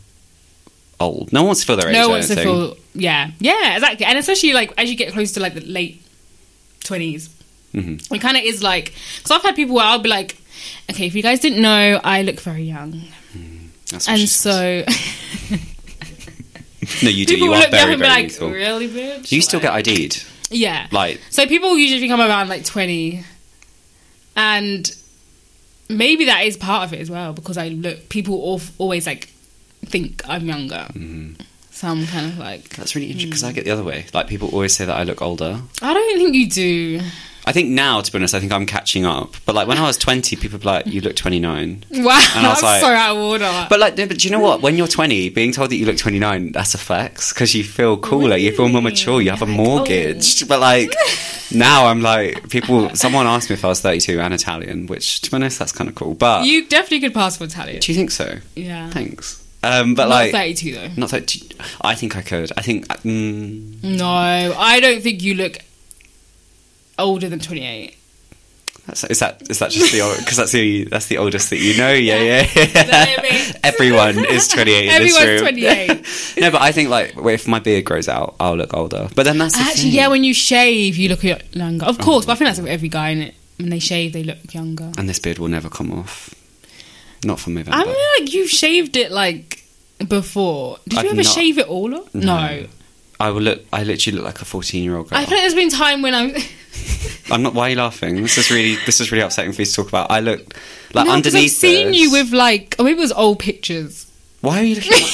[SPEAKER 2] old. No one wants to feel their age.
[SPEAKER 1] no
[SPEAKER 2] I
[SPEAKER 1] one's
[SPEAKER 2] don't
[SPEAKER 1] to feel.
[SPEAKER 2] think.
[SPEAKER 1] Yeah, yeah, exactly. And especially like as you get close to like the late 20s,
[SPEAKER 2] Mm-hmm.
[SPEAKER 1] it kind of is like. Because I've had people where I'll be like, okay, if you guys didn't know, I look very young.
[SPEAKER 2] That's what she
[SPEAKER 1] And
[SPEAKER 2] says.
[SPEAKER 1] so
[SPEAKER 2] no, you do.
[SPEAKER 1] people
[SPEAKER 2] You
[SPEAKER 1] will
[SPEAKER 2] are
[SPEAKER 1] look
[SPEAKER 2] very
[SPEAKER 1] down and be
[SPEAKER 2] very
[SPEAKER 1] like,
[SPEAKER 2] youthful.
[SPEAKER 1] really, bitch?
[SPEAKER 2] Do you still get
[SPEAKER 1] Like-
[SPEAKER 2] ID'd?
[SPEAKER 1] Yeah.
[SPEAKER 2] Like
[SPEAKER 1] So people usually come around like 20. And maybe that is part of it as well because I look, people al- always like think I'm younger.
[SPEAKER 2] Mm-hmm.
[SPEAKER 1] So I'm kind of like,
[SPEAKER 2] That's really interesting
[SPEAKER 1] Hmm.
[SPEAKER 2] because I get the other way. Like people always say that I look older.
[SPEAKER 1] I don't think you do.
[SPEAKER 2] I think now, to be honest, I think I'm catching up. But like when I was 20, people were like, "You look 29."
[SPEAKER 1] Wow.
[SPEAKER 2] And I was
[SPEAKER 1] I'm
[SPEAKER 2] like-
[SPEAKER 1] so out of order.
[SPEAKER 2] But like, no, but do you know what? When you're 20, being told that you look 29, that's a flex because you feel cooler, you feel more mature, you have a
[SPEAKER 1] oh.
[SPEAKER 2] mortgage. But like now, I'm like people. Someone asked me if I was 32 and Italian, which to be honest, that's kind of cool. But
[SPEAKER 1] you definitely could pass for Italian.
[SPEAKER 2] do you think so?
[SPEAKER 1] Yeah.
[SPEAKER 2] Thanks. Um, but
[SPEAKER 1] Not
[SPEAKER 2] like,
[SPEAKER 1] 32 though.
[SPEAKER 2] not that. I think I could. I think. Mm,
[SPEAKER 1] No, I don't think you look older than 28.
[SPEAKER 2] That's, is that is that just the because that's the that's the oldest that you know? Yeah, yeah.
[SPEAKER 1] that it?
[SPEAKER 2] Everyone is twenty eight.
[SPEAKER 1] Everyone's
[SPEAKER 2] in this room.
[SPEAKER 1] 28.
[SPEAKER 2] no, but I think like if my beard grows out, I'll look older. But then that's the Oh.
[SPEAKER 1] Actually,
[SPEAKER 2] thing.
[SPEAKER 1] yeah, when you shave, you look a lot younger. Of course, but I think that's with every guy in it. When they shave, they look younger.
[SPEAKER 2] and this beard will never come off. Not for November.
[SPEAKER 1] I mean, like you shaved it like before. Did
[SPEAKER 2] I've
[SPEAKER 1] you ever
[SPEAKER 2] not-
[SPEAKER 1] shave it all? off? No.
[SPEAKER 2] I will look. I literally look like a fourteen-year-old girl.
[SPEAKER 1] I feel like there's been time when I'm.
[SPEAKER 2] I'm not. Why are you laughing? This is really. This is really upsetting for you to talk about. I look
[SPEAKER 1] No,
[SPEAKER 2] like
[SPEAKER 1] 'cause
[SPEAKER 2] underneath.
[SPEAKER 1] I've seen
[SPEAKER 2] this-
[SPEAKER 1] you with like, or maybe it was old pictures.
[SPEAKER 2] Why are you looking?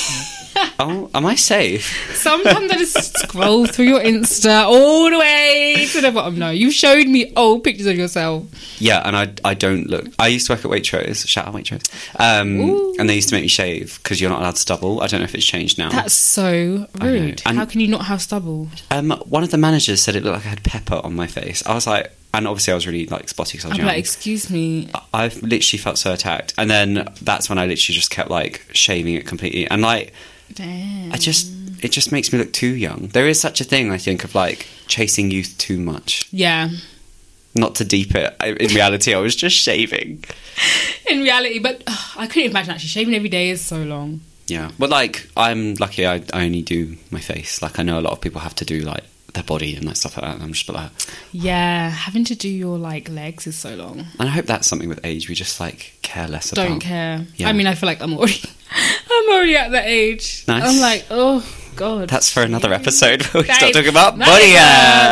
[SPEAKER 2] Like, oh, am I safe?
[SPEAKER 1] Sometimes I just scroll through your Insta all the way to the bottom. No, you showed me old pictures of yourself.
[SPEAKER 2] Yeah, and I, I don't look. I used to work at Waitrose. Shout out Waitrose. Um,
[SPEAKER 1] Ooh.
[SPEAKER 2] and they used to make me shave because you're not allowed to stubble. I don't know if it's changed now.
[SPEAKER 1] That's so
[SPEAKER 2] know.
[SPEAKER 1] rude.
[SPEAKER 2] And-
[SPEAKER 1] How can you not have stubble?
[SPEAKER 2] um, one of the managers said it looked like I had pepper on my face. I was like, and obviously I was really like spotty because I was
[SPEAKER 1] I'm
[SPEAKER 2] young.
[SPEAKER 1] like, excuse me.
[SPEAKER 2] I've literally felt so attacked, and then that's when I literally just kept like shaving it completely. And like,
[SPEAKER 1] Damn.
[SPEAKER 2] I just
[SPEAKER 1] Mm.
[SPEAKER 2] it just makes me look too young. There is such a thing I think of like chasing youth too much.
[SPEAKER 1] Yeah.
[SPEAKER 2] Not to deep it. I- In reality, I was just shaving.
[SPEAKER 1] In reality, but ugh, I couldn't imagine actually shaving every day is so long.
[SPEAKER 2] Yeah, but like I'm lucky. I, I only do my face. Like I know a lot of people have to do like their body and like stuff like that. And I'm just like,
[SPEAKER 1] Yeah, having to do your like legs is so long.
[SPEAKER 2] and I hope that's something with age we just like care less about.
[SPEAKER 1] Don't care.
[SPEAKER 2] Yeah.
[SPEAKER 1] I mean, I feel like I'm already, I'm already at that age.
[SPEAKER 2] Nice.
[SPEAKER 1] I'm like, oh god.
[SPEAKER 2] That's for another episode where we
[SPEAKER 1] That
[SPEAKER 2] start
[SPEAKER 1] is-
[SPEAKER 2] talking about uh,
[SPEAKER 1] that
[SPEAKER 2] body
[SPEAKER 1] is a-
[SPEAKER 2] hair.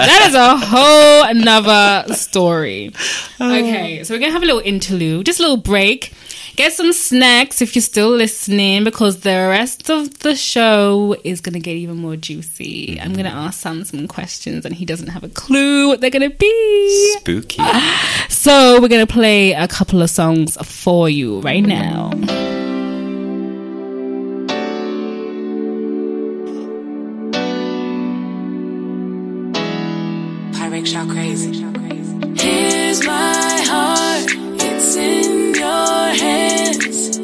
[SPEAKER 1] That is a whole another story. Okay, so we're gonna have a little interlude, just a little break. Get some snacks if you're still listening, because the rest of the show is gonna get even more juicy. I'm gonna ask Sam some questions, and he doesn't have a clue what they're gonna be.
[SPEAKER 2] Spooky.
[SPEAKER 1] So we're gonna play a couple of songs for you right now.
[SPEAKER 3] Pyrex shot crazy.
[SPEAKER 4] Here's my heart, it's in your hands.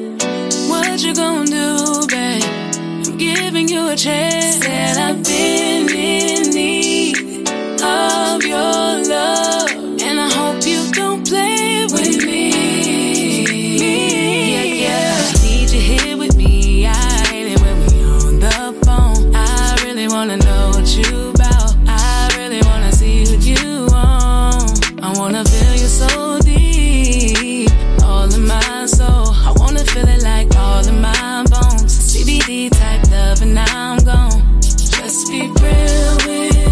[SPEAKER 4] What you gonna do, babe? I'm giving you a chance. Said I've been in need of your love, and I hope you don't play with me. Yeah, yeah. Need you here with me, I hate it when we on the phone. I really wanna know what you about. I really wanna see what you want. I wanna feel you so deep, all in my soul. I wanna feel it like all in my bones. CBD type love, and I'm gone. Just be real.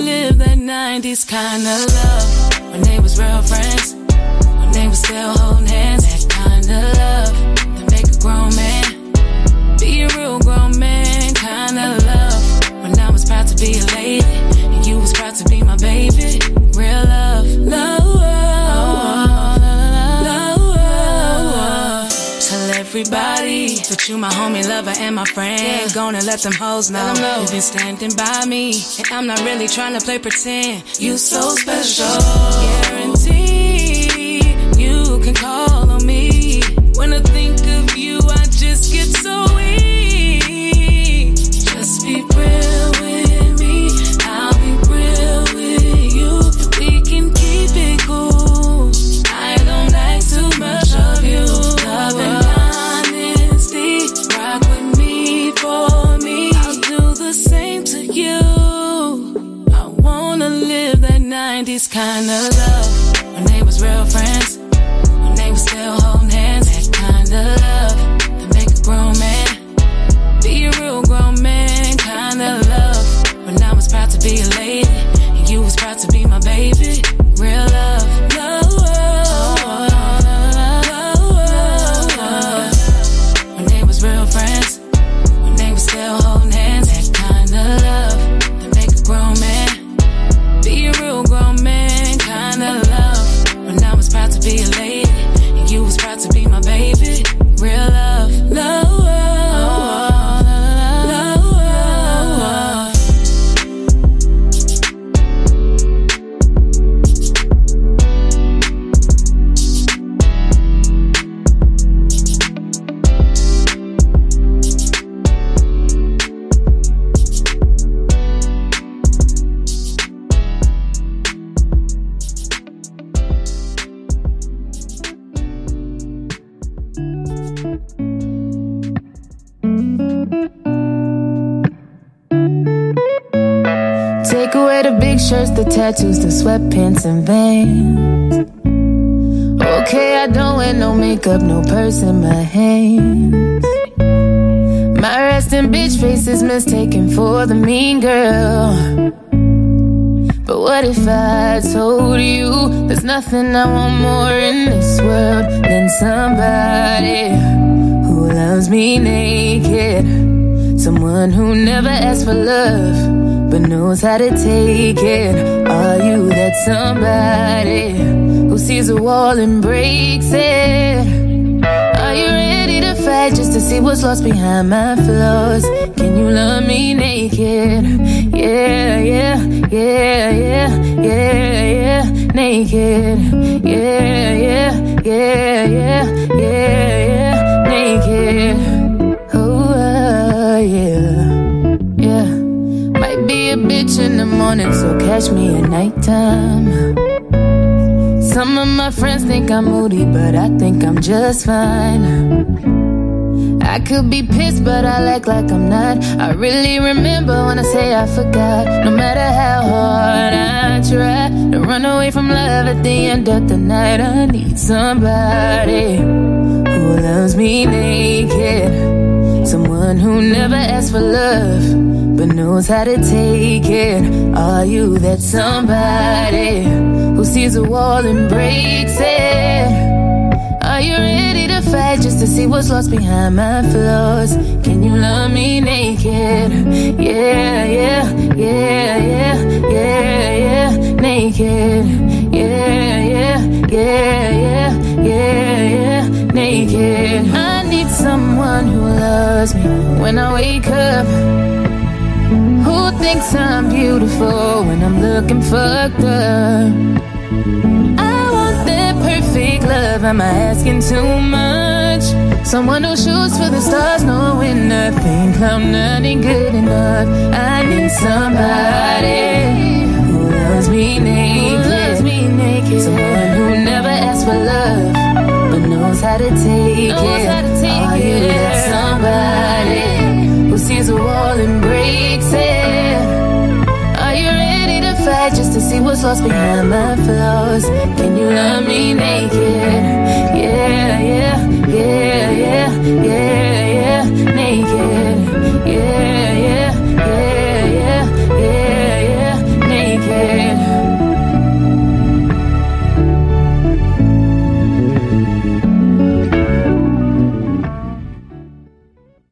[SPEAKER 1] 90s kind of love. When they was real friends, when they was still holding hands. That kind of love that make a grown man be a real grown man. Kind of love when I was proud to be a lady and you was proud to be my baby. Real love, love. love. Tell everybody that you my homie, lover, and my friend. Gonna let them hoes know, you've been standing by me. And I'm not really trying to play pretend. You so special. Guarantee you can call on me. When I think of you, I just get so weak. Just be real with me. I'll be real with you. We can keep it cool. I don't like too much of you. Love and honesty. Rock with me for me. I'll do the same to you. I wanna live that 90s kind of love. When they was real friends. When they was still holding hands. That kind of love. That make a grown man. Be a real grown man, kinda love. When I was proud to be a lady, and you was proud to be my baby. Real love, love, love, love. When they was real friends, when they was still holding hands, that kinda love that make a grown man be a real grown man, kinda love. When I was proud to be a lady, and you was proud to be my baby. Real love, love, love, love.
[SPEAKER 3] Take away the big shirts, the tattoos, the sweatpants and veins. Okay, I don't wear no makeup, no purse in my hands. My resting bitch face is mistaken for the mean girl. But what if I told you there's nothing I want more in this world than somebody who loves me naked? Someone who never asks for love, but knows how to take it. Are you that somebody who sees a wall and breaks it? Are you ready to fight just to see what's lost behind my flaws? Can you love me naked? Yeah, yeah, yeah, yeah, yeah, yeah, naked. Yeah, yeah, yeah, yeah, yeah, yeah, naked. Oh, uh, yeah, yeah. Might be a bitch in the morning, so catch me at nighttime. Some of my friends think I'm moody, but I think I'm just fine. I could be pissed, but I act like I'm not. I really remember when I say I forgot. No matter how hard I try to run away from love at the end of the night, I need somebody who loves me naked. Someone who never asks for love, but knows how to take it. Are you that somebody who sees a wall and breaks it? Are you ready to fight just to see what's lost behind my flaws? Can you love me naked? Yeah, yeah, yeah, yeah, yeah, yeah, naked. Yeah, yeah, yeah, yeah, yeah, yeah, naked. I need someone who loves me when I wake up. Who thinks I'm beautiful when I'm looking fucked up? I want that perfect love. Am I asking too much? Someone who shoots for the stars, knowing nothing, I'm not ain't good enough. I need somebody who loves me naked. Someone who never asks for love, but knows how to take it. Are you that somebody who sees a wall and breaks it? Are you ready to fight just to see what's lost behind my flaws? Can you love me naked? Yeah, yeah, yeah, yeah, yeah, yeah, naked. Yeah, yeah, yeah, yeah, yeah, yeah, naked.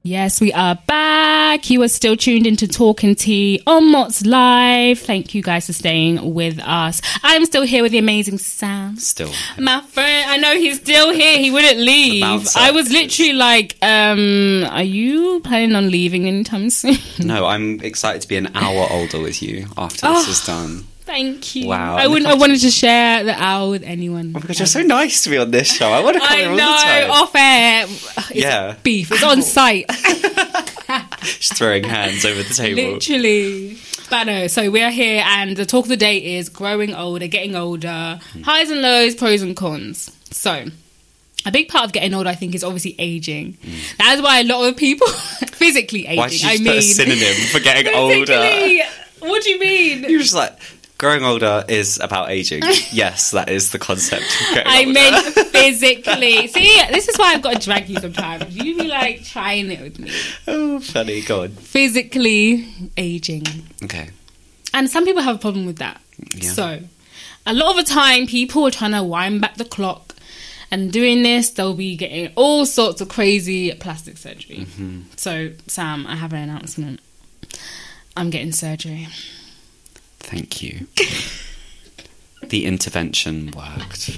[SPEAKER 1] Yes, we are back. You are still tuned into Talking Tea on Mott's Live. Thank you guys for staying with us. I'm still here with the amazing Sam.
[SPEAKER 2] Still.
[SPEAKER 1] My friend, I know he's still here. He wouldn't leave.
[SPEAKER 2] bouncer.
[SPEAKER 1] I was literally like, um, are you planning on leaving anytime soon?
[SPEAKER 2] No, I'm excited to be an hour older with you after this
[SPEAKER 1] Oh.
[SPEAKER 2] is done.
[SPEAKER 1] Thank you.
[SPEAKER 2] Wow.
[SPEAKER 1] I wouldn't I wanted to share the hour with anyone.
[SPEAKER 2] Oh my god, you're so nice to be on this show. I want to come
[SPEAKER 1] I
[SPEAKER 2] here all the time.
[SPEAKER 1] know, off air. It's
[SPEAKER 2] Yeah.
[SPEAKER 1] beef. It's on site.
[SPEAKER 2] Just throwing hands over the table.
[SPEAKER 1] Literally. But no, so we are here, and the talk of the day is growing older, getting older,
[SPEAKER 2] Hmm.
[SPEAKER 1] highs and lows, pros and cons. So, a big part of getting older, I think, is obviously aging. That is why a lot of people physically aging.
[SPEAKER 2] Hmm. Why should you
[SPEAKER 1] I
[SPEAKER 2] just
[SPEAKER 1] mean,
[SPEAKER 2] put a synonym for getting older?
[SPEAKER 1] Physically, What do you mean?
[SPEAKER 2] You're just like, growing older is about aging. yes, that is the concept of getting
[SPEAKER 1] I
[SPEAKER 2] older.
[SPEAKER 1] meant physically. See, this is why I've got to drag you sometimes. You be like trying it with me.
[SPEAKER 2] oh, funny. Go on.
[SPEAKER 1] Physically aging.
[SPEAKER 2] Okay.
[SPEAKER 1] And some people have a problem with that.
[SPEAKER 2] Yeah.
[SPEAKER 1] So, a lot of the time, people are trying to wind back the clock. And doing this, they'll be getting all sorts of crazy plastic surgery.
[SPEAKER 2] Mm-hmm.
[SPEAKER 1] So, Sam, I have an announcement. I'm getting surgery.
[SPEAKER 2] Thank you. the intervention worked.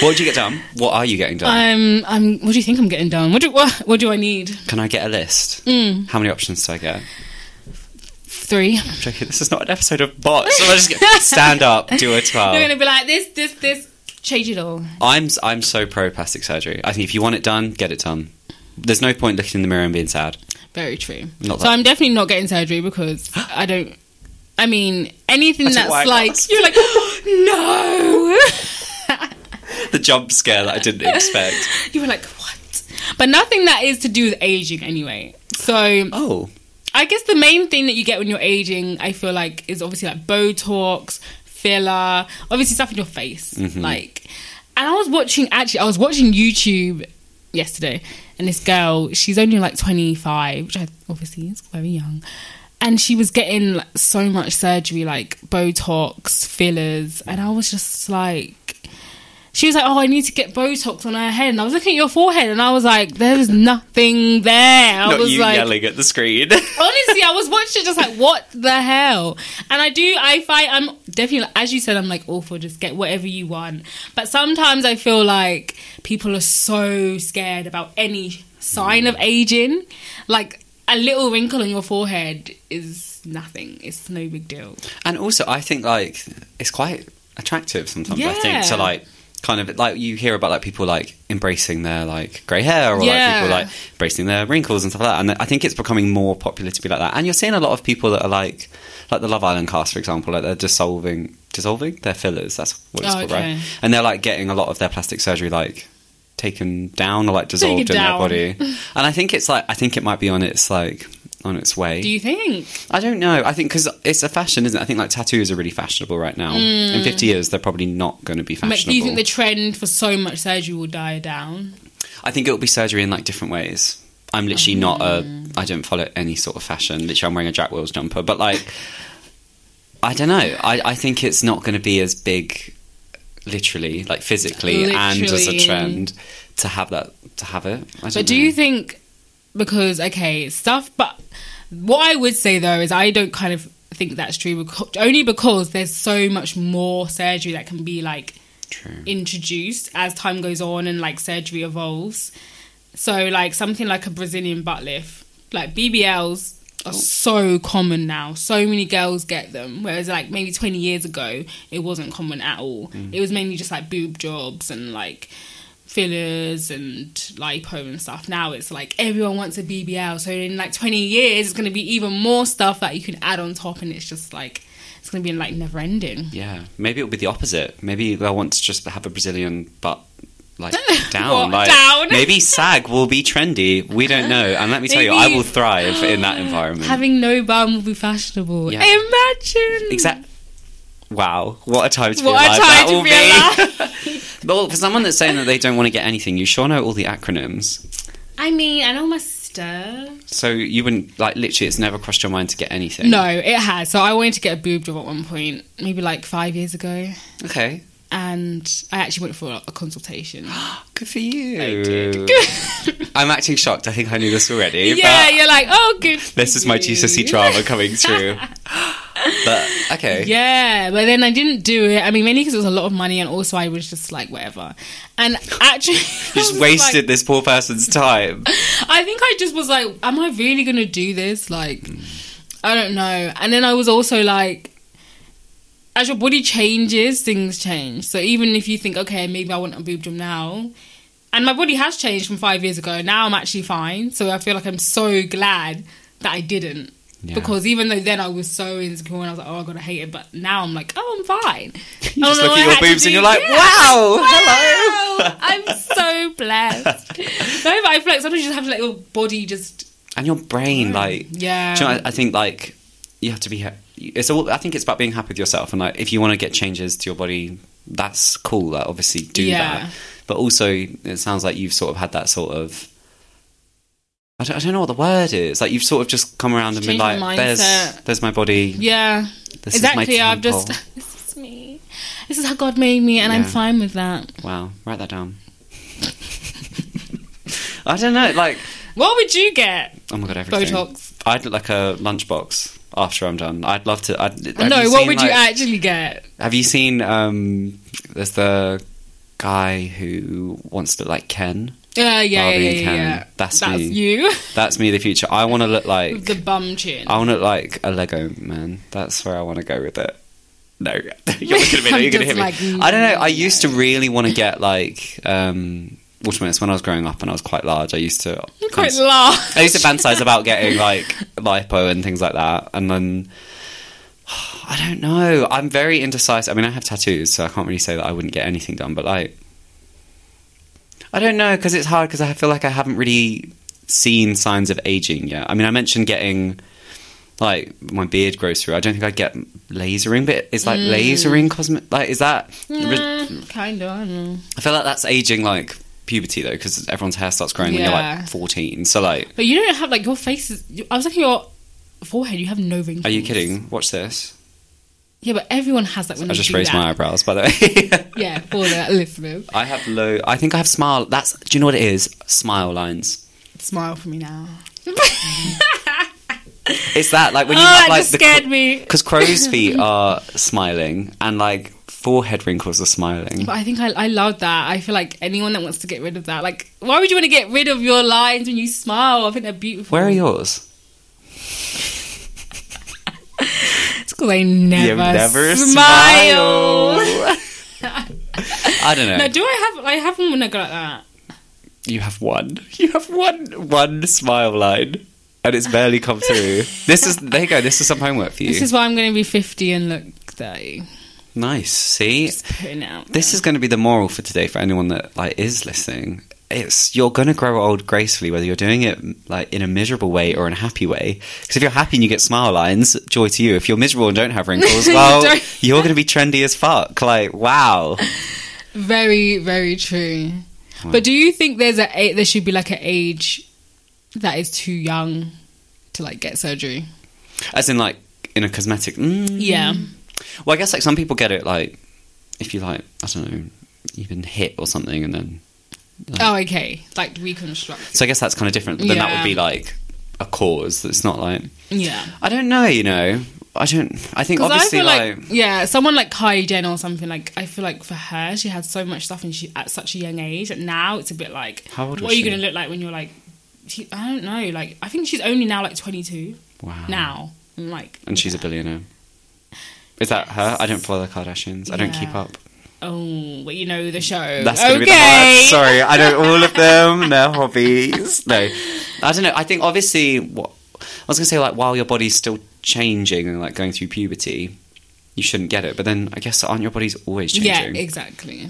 [SPEAKER 2] What did you get done? What are you getting done?
[SPEAKER 1] I'm. I'm. What do you think I'm getting done? What do what, what do I need?
[SPEAKER 2] Can I get a list?
[SPEAKER 1] mm.
[SPEAKER 2] How many options do I get?
[SPEAKER 1] Three.
[SPEAKER 2] I'm joking. This is not an episode of bots. So I just get, stand up, do a twirl.
[SPEAKER 1] They're gonna be like this, this, this. Change it all.
[SPEAKER 2] I'm I'm so pro plastic surgery. I think if you want it done, get it done. There's no point looking in the mirror and being sad.
[SPEAKER 1] Very true.
[SPEAKER 2] Not
[SPEAKER 1] so
[SPEAKER 2] that-
[SPEAKER 1] I'm definitely not getting surgery because I don't. I mean, anything
[SPEAKER 2] That's
[SPEAKER 1] that's
[SPEAKER 2] why I
[SPEAKER 1] like
[SPEAKER 2] asked.
[SPEAKER 1] you're like no.
[SPEAKER 2] The jump scare that I didn't expect.
[SPEAKER 1] you were like what? But nothing that is to do with aging anyway. So
[SPEAKER 2] Oh,
[SPEAKER 1] I guess the main thing that you get when you're aging, I feel like, is obviously like Botox, filler, obviously stuff in your face.
[SPEAKER 2] Mm-hmm.
[SPEAKER 1] Like, and I was watching actually, I was watching YouTube yesterday, and this girl, she's only like 25, which I obviously is very young, and she was getting like, so much surgery, like Botox, fillers, and I was just like. She was like, "Oh, I need to get Botox on her head," and I was looking at your forehead, and I was like, "There is nothing there." I
[SPEAKER 2] not
[SPEAKER 1] was
[SPEAKER 2] you
[SPEAKER 1] like,
[SPEAKER 2] yelling at the screen.
[SPEAKER 1] honestly i was watching it just like what the hell and i do i fight i'm definitely like, as you said i'm like awful just get whatever you want but sometimes i feel like people are so scared about any sign of aging like a little wrinkle on your forehead is nothing it's no big deal
[SPEAKER 2] and also, I think like it's quite attractive sometimes. I think
[SPEAKER 1] Yeah.
[SPEAKER 2] to like kind of like you hear about like people like embracing their like grey hair or like
[SPEAKER 1] Yeah.
[SPEAKER 2] people like embracing their wrinkles and stuff like that. And I think it's becoming more popular to be like that. And you're seeing a lot of people that are like like the Love Island cast, for example, like they're dissolving dissolving their fillers. That's what it's
[SPEAKER 1] Oh,
[SPEAKER 2] called,
[SPEAKER 1] okay.
[SPEAKER 2] right? And they're like getting a lot of their plastic surgery like taken down or like dissolved in
[SPEAKER 1] down.
[SPEAKER 2] their body. And I think it's like I think it might be on its like on its way.
[SPEAKER 1] do you think
[SPEAKER 2] I don't know. I think because it's a fashion, isn't it? I think like tattoos are really fashionable right now. In 50 years, they're probably not going to be
[SPEAKER 1] Like,
[SPEAKER 2] fashionable.
[SPEAKER 1] Mm. do you think the trend for so much surgery will die down
[SPEAKER 2] I think it'll be surgery in like different ways. I'm literally not a. I don't follow any sort of fashion. Literally, I'm wearing a Jack Wills jumper, but like, I don't know. I, I think it's not going to be as big, literally, like physically and as a
[SPEAKER 1] Literally.
[SPEAKER 2] trend to have that to have it. I don't
[SPEAKER 1] But do
[SPEAKER 2] know.
[SPEAKER 1] you think because okay stuff? But what I would say though is I don't kind of think that's true because, only because there's so much more surgery that can be like
[SPEAKER 2] True.
[SPEAKER 1] introduced as time goes on and like surgery evolves. So like something like a Brazilian butt lift, like BBLs are so common now. So many girls get them. Whereas like maybe 20 years ago, it wasn't common at all. It was mainly just like boob jobs and like fillers and lipo and stuff. Now it's like everyone wants a BBL. So in like 20 years, it's going to be even more stuff that you can add on top and it's just like it's going to be like never ending.
[SPEAKER 2] Yeah, maybe it'll be the opposite. Maybe they'll want to just have a Brazilian butt like down.
[SPEAKER 1] What?
[SPEAKER 2] like,
[SPEAKER 1] Down?
[SPEAKER 2] Maybe SAG will be trendy. We don't know. And let me tell you, I
[SPEAKER 1] Maybe-
[SPEAKER 2] will thrive in that environment.
[SPEAKER 1] Having no bum will be fashionable.
[SPEAKER 2] Yeah.
[SPEAKER 1] Imagine.
[SPEAKER 2] Exact. Wow, what a time to be
[SPEAKER 1] What
[SPEAKER 2] alive!
[SPEAKER 1] a
[SPEAKER 2] that
[SPEAKER 1] time to
[SPEAKER 2] will
[SPEAKER 1] be
[SPEAKER 2] be.
[SPEAKER 1] alive.
[SPEAKER 2] well, for someone that's saying that they don't want to get anything, you sure know all the acronyms.
[SPEAKER 1] I mean, I know my stir.
[SPEAKER 2] So you wouldn't like literally. It's never crossed your mind to get anything.
[SPEAKER 1] No, it has. So I wanted to get a boob job at one point, maybe like five years ago.
[SPEAKER 2] Okay.
[SPEAKER 1] and I actually went for a, a consultation.
[SPEAKER 2] Good for you.
[SPEAKER 1] I did.
[SPEAKER 2] I'm actually shocked. I think I knew this already.
[SPEAKER 1] yeah,
[SPEAKER 2] but
[SPEAKER 1] you're like, oh, good.
[SPEAKER 2] This is my GCSE E drama coming through. but okay.
[SPEAKER 1] Yeah, but then I didn't do it. I mean, mainly because it was a lot of money, and also I was just like, whatever. And actually,
[SPEAKER 2] You just wasted this poor person's time.
[SPEAKER 1] I think I just was like, am I really going to do this? Like, I don't know. And then I was also like, as your body changes, things change. So even if you think, okay, maybe I want a boob job now, and my body has changed from five years ago, now I'm actually fine. So I feel like I'm so glad that I didn't.
[SPEAKER 2] Yeah.
[SPEAKER 1] Because even though then I was so insecure and I was like, oh, I gotta hate it, but now I'm like, oh, I'm fine.
[SPEAKER 2] You
[SPEAKER 1] Oh,
[SPEAKER 2] just look at your boobs and you're like, wow, hello.
[SPEAKER 1] Wow, I'm so blessed. no, but I feel like sometimes you just have to let your body just.
[SPEAKER 2] And your brain, like,
[SPEAKER 1] Mm, Yeah.
[SPEAKER 2] Do you know, I, I think like you have to be. ha- It's all. I think it's about being happy with yourself, and like if you want to get changes to your body, that's cool. Like obviously do
[SPEAKER 1] Yeah.
[SPEAKER 2] that, but also it sounds like you've sort of had that sort of. I don't, I don't know what the word is. Like you've sort of just come around and been
[SPEAKER 1] Changed
[SPEAKER 2] like,
[SPEAKER 1] your
[SPEAKER 2] "There's,
[SPEAKER 1] mindset.
[SPEAKER 2] there's my body.
[SPEAKER 1] Yeah.
[SPEAKER 2] This
[SPEAKER 1] exactly.
[SPEAKER 2] is my
[SPEAKER 1] I've just.
[SPEAKER 2] temple."
[SPEAKER 1] this is me. This is how God made me, and I'm
[SPEAKER 2] Yeah.
[SPEAKER 1] fine with that.
[SPEAKER 2] Wow, write that down. I don't know. Like,
[SPEAKER 1] What would you get?
[SPEAKER 2] oh my god, everything.
[SPEAKER 1] Botox.
[SPEAKER 2] I'd like a lunchbox after I'm done. I'd love to. I'd, have
[SPEAKER 1] no,
[SPEAKER 2] you
[SPEAKER 1] what
[SPEAKER 2] seen,
[SPEAKER 1] would you
[SPEAKER 2] like-
[SPEAKER 1] actually get?
[SPEAKER 2] Have you seen? Um, there's the guy who wants to look like Ken.
[SPEAKER 1] Uh, yeah, yeah,
[SPEAKER 2] Barbie
[SPEAKER 1] yeah,
[SPEAKER 2] and
[SPEAKER 1] yeah,
[SPEAKER 2] Ken.
[SPEAKER 1] yeah.
[SPEAKER 2] That's
[SPEAKER 1] That's
[SPEAKER 2] me.
[SPEAKER 1] you.
[SPEAKER 2] That's me, in the future. I want to look like.
[SPEAKER 1] With the bum chin.
[SPEAKER 2] I want to look like a Lego man. That's where I want to go with it. No, you're looking at me. No,
[SPEAKER 1] I'm
[SPEAKER 2] you're going to hit
[SPEAKER 1] just
[SPEAKER 2] me.
[SPEAKER 1] like, mm,
[SPEAKER 2] I don't know. I used to really want to get like um, watermelons when I was growing up, and I was quite large. I used to
[SPEAKER 1] Quite large.
[SPEAKER 2] I used to fantasize about getting like lipo and things like that, and then I don't know. I'm very indecisive. I mean, I have tattoos, so I can't really say that I wouldn't get anything done. But like, I don't know because it's hard because I feel like I haven't really seen signs of aging yet. I mean, I mentioned getting like my beard grows through. I don't think I'd get lasering, but it's like lasering cosmetic. Like, is that?
[SPEAKER 1] kind of. I don't know.
[SPEAKER 2] I feel like that's aging like puberty though, because everyone's hair starts growing when you're
[SPEAKER 1] Yeah.
[SPEAKER 2] like 14. So like.
[SPEAKER 1] But you don't have like your face is. you- I was looking at your forehead. You have no wrinkles.
[SPEAKER 2] Are you kidding? Watch this.
[SPEAKER 1] Yeah, but everyone has that when
[SPEAKER 2] I
[SPEAKER 1] they
[SPEAKER 2] just
[SPEAKER 1] do
[SPEAKER 2] raised
[SPEAKER 1] that.
[SPEAKER 2] my eyebrows, by the way.
[SPEAKER 1] Yeah, for the listeners,
[SPEAKER 2] I have low. I think I have smile. That's. Do you know what it is? Smile lines.
[SPEAKER 1] smile for me now.
[SPEAKER 2] It's that like when you
[SPEAKER 1] Oh,
[SPEAKER 2] have
[SPEAKER 1] that
[SPEAKER 2] like
[SPEAKER 1] just scared me.
[SPEAKER 2] Because crow's feet are smiling and like forehead wrinkles are smiling.
[SPEAKER 1] But I think I, I love that. I feel like anyone that wants to get rid of that, like, why would you want to get rid of your lines when you smile? I think they're beautiful.
[SPEAKER 2] Where are yours?
[SPEAKER 1] It's because I never,
[SPEAKER 2] You never
[SPEAKER 1] smile.
[SPEAKER 2] smile. I don't know.
[SPEAKER 1] Now, do I have? I have one when I go like that.
[SPEAKER 2] you have one. You have one. One smile line, and it's barely come through. this is. There you go. This is some homework for you.
[SPEAKER 1] This is why I'm going to be 50 and look 30.
[SPEAKER 2] nice. See,
[SPEAKER 1] Just putting it out.
[SPEAKER 2] this is going to be the moral for today for anyone that like is listening it's you're going to grow old gracefully whether you're doing it like in a miserable way or in a happy way because if you're happy and you get smile lines joy to you if you're miserable and don't have wrinkles well
[SPEAKER 1] Don't-
[SPEAKER 2] you're going to be trendy as fuck like wow
[SPEAKER 1] Very, very true. But do you think there's a a- there should be like an age that is too young to like get surgery?
[SPEAKER 2] as in like in a cosmetic mm.
[SPEAKER 1] Yeah.
[SPEAKER 2] well i guess like some people get it like if you like i don't know you've been hit or something and then
[SPEAKER 1] Oh, okay. Like reconstruct.
[SPEAKER 2] so i guess that's kind of different but then that
[SPEAKER 1] Yeah.
[SPEAKER 2] would be like a cause that's not like
[SPEAKER 1] Yeah.
[SPEAKER 2] i don't know you know i don't i think
[SPEAKER 1] Because I
[SPEAKER 2] obviously
[SPEAKER 1] feel
[SPEAKER 2] like,
[SPEAKER 1] like, yeah, someone like Kylie Jenner or something like I feel like for her, she had so much stuff and she at such a young age. And now it's a bit like,
[SPEAKER 2] How old
[SPEAKER 1] what
[SPEAKER 2] was
[SPEAKER 1] are you
[SPEAKER 2] she?
[SPEAKER 1] going to look like when you're like, she, I don't know. Like I think she's only now like 22
[SPEAKER 2] Wow.
[SPEAKER 1] now. And like,
[SPEAKER 2] And she's a billionaire. Is that her? I don't follow the Kardashians. I don't keep
[SPEAKER 1] Yeah.
[SPEAKER 2] up.
[SPEAKER 1] oh, but you know the show.
[SPEAKER 2] That's
[SPEAKER 1] okay.
[SPEAKER 2] gonna be the word. Sorry, I know all of them. Their hobbies. No, I don't know. I think obviously, what I was gonna say, like while your body's still changing and like going through puberty, you shouldn't get it. But then I guess aren't your bodies always
[SPEAKER 1] Yeah,
[SPEAKER 2] changing?
[SPEAKER 1] exactly.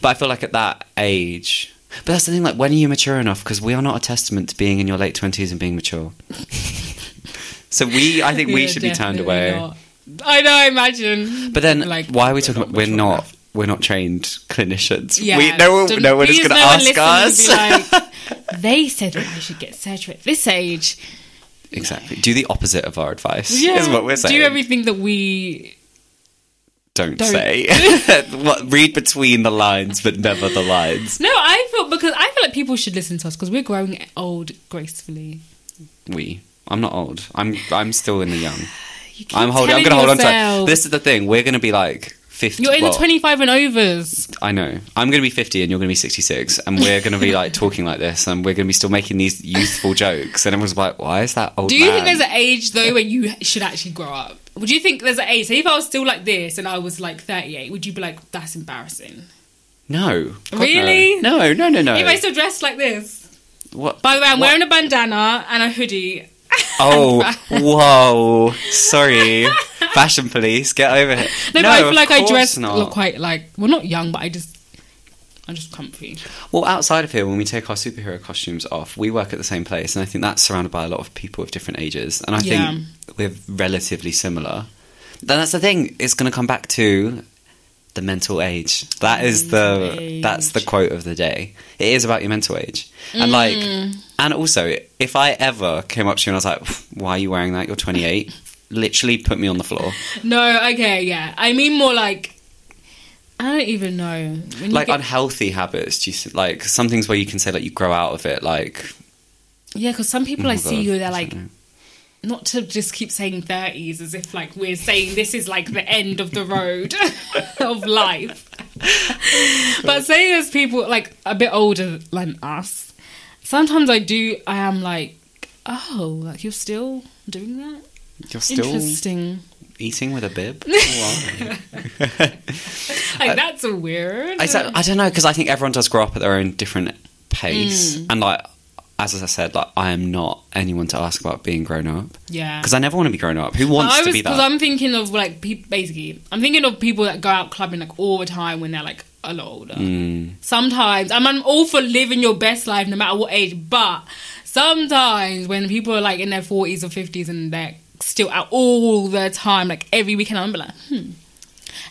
[SPEAKER 2] But I feel like at that age. But that's the thing, like, when are you mature enough? Because we are not a testament to being in your late 20s and being mature. so we, I think we
[SPEAKER 1] Yeah,
[SPEAKER 2] should be turned
[SPEAKER 1] definitely
[SPEAKER 2] away.
[SPEAKER 1] not. I know. Imagine.
[SPEAKER 2] But then,
[SPEAKER 1] Like,
[SPEAKER 2] why are we
[SPEAKER 1] we're
[SPEAKER 2] talking?
[SPEAKER 1] not
[SPEAKER 2] about we're
[SPEAKER 1] mature
[SPEAKER 2] not.
[SPEAKER 1] enough.
[SPEAKER 2] We're not trained clinicians.
[SPEAKER 1] Yeah.
[SPEAKER 2] We, no one.
[SPEAKER 1] Don't-
[SPEAKER 2] No one is
[SPEAKER 1] please
[SPEAKER 2] going
[SPEAKER 1] no
[SPEAKER 2] to
[SPEAKER 1] one
[SPEAKER 2] ask us.
[SPEAKER 1] listen and be like, they said that I should get surgery at this age.
[SPEAKER 2] exactly. Do the opposite of our advice.
[SPEAKER 1] Yeah.
[SPEAKER 2] Is what we're saying.
[SPEAKER 1] Do everything that we
[SPEAKER 2] don't,
[SPEAKER 1] Don't.
[SPEAKER 2] say. what, read between the lines, but never the lines.
[SPEAKER 1] No, I feel because I feel like people should listen to us because we're growing old gracefully.
[SPEAKER 2] We. I'm not old. I'm. I'm still in the young.
[SPEAKER 1] You keep
[SPEAKER 2] I'm holding. I'm
[SPEAKER 1] telling
[SPEAKER 2] gonna hold on to.
[SPEAKER 1] yourself.
[SPEAKER 2] it. This is the thing. We're gonna be like 50.
[SPEAKER 1] You're in
[SPEAKER 2] well,
[SPEAKER 1] the 25 and overs.
[SPEAKER 2] I know. I'm going to be 50 and you're going to be 66 and we're going to be like talking like this and we're going to be still making these youthful jokes and everyone's like, why is that old
[SPEAKER 1] Do you
[SPEAKER 2] man?
[SPEAKER 1] think there's an age though when you should actually grow up? Would you think there's an age? Say if I was still like this and I was like 38, would you be like, that's embarrassing?
[SPEAKER 2] No. God,
[SPEAKER 1] Really?
[SPEAKER 2] No, no, no, no. no.
[SPEAKER 1] If I still dressed like this.
[SPEAKER 2] What?
[SPEAKER 1] By the way, I'm
[SPEAKER 2] what-
[SPEAKER 1] wearing a bandana and a hoodie.
[SPEAKER 2] Oh, whoa. Sorry. Fashion police, get over here.
[SPEAKER 1] No, but I feel
[SPEAKER 2] of
[SPEAKER 1] like I
[SPEAKER 2] course
[SPEAKER 1] dress
[SPEAKER 2] not.
[SPEAKER 1] look quite like well, not young, but I just I'm just comfy.
[SPEAKER 2] Well, outside of here, when we take our superhero costumes off, we work at the same place, and I think that's surrounded by a lot of people of different ages, and I
[SPEAKER 1] Yeah.
[SPEAKER 2] think we're relatively similar. Then that's the thing; it's going to come back to the mental age. That is the
[SPEAKER 1] Mental
[SPEAKER 2] that's the
[SPEAKER 1] age.
[SPEAKER 2] quote of the day. It is about your mental age,
[SPEAKER 1] Mm.
[SPEAKER 2] and like, and also, if I ever came up to you and I was like, "Why are you wearing that? You're 28." Literally put me on the floor.
[SPEAKER 1] No, okay, yeah. I mean more like I don't even know. When you
[SPEAKER 2] Like
[SPEAKER 1] get-
[SPEAKER 2] unhealthy habits. Do you s- like some things where you can say like you grow out of it? Like
[SPEAKER 1] yeah, because some people
[SPEAKER 2] oh
[SPEAKER 1] I
[SPEAKER 2] my
[SPEAKER 1] see
[SPEAKER 2] God,
[SPEAKER 1] you,
[SPEAKER 2] I
[SPEAKER 1] they're
[SPEAKER 2] don't
[SPEAKER 1] like
[SPEAKER 2] know.
[SPEAKER 1] not to just keep saying thirties as if like we're saying this is like the end of the road of life. but say there's people like a bit older than us. Sometimes I do. I am like, oh, like you're still doing that.
[SPEAKER 2] you're still
[SPEAKER 1] Interesting.
[SPEAKER 2] eating with a bib? Why?
[SPEAKER 1] Like that's a weird.
[SPEAKER 2] I, don't- I don't know because I think everyone does grow up at their own different pace,
[SPEAKER 1] Mm.
[SPEAKER 2] and like as I said, like I am not anyone to ask about being grown up
[SPEAKER 1] yeah.
[SPEAKER 2] because I never want to be grown up. Who wants
[SPEAKER 1] I
[SPEAKER 2] to
[SPEAKER 1] was
[SPEAKER 2] be
[SPEAKER 1] because
[SPEAKER 2] that?
[SPEAKER 1] I'm thinking of like peop basically I'm thinking of people that go out clubbing like all the time when they're like a lot older.
[SPEAKER 2] Mm.
[SPEAKER 1] Sometimes I'm, I'm all for living your best life no matter what age, but sometimes when people are like in their 40s or 50s and they're still out all the time, like every weekend, I'm like, hmm.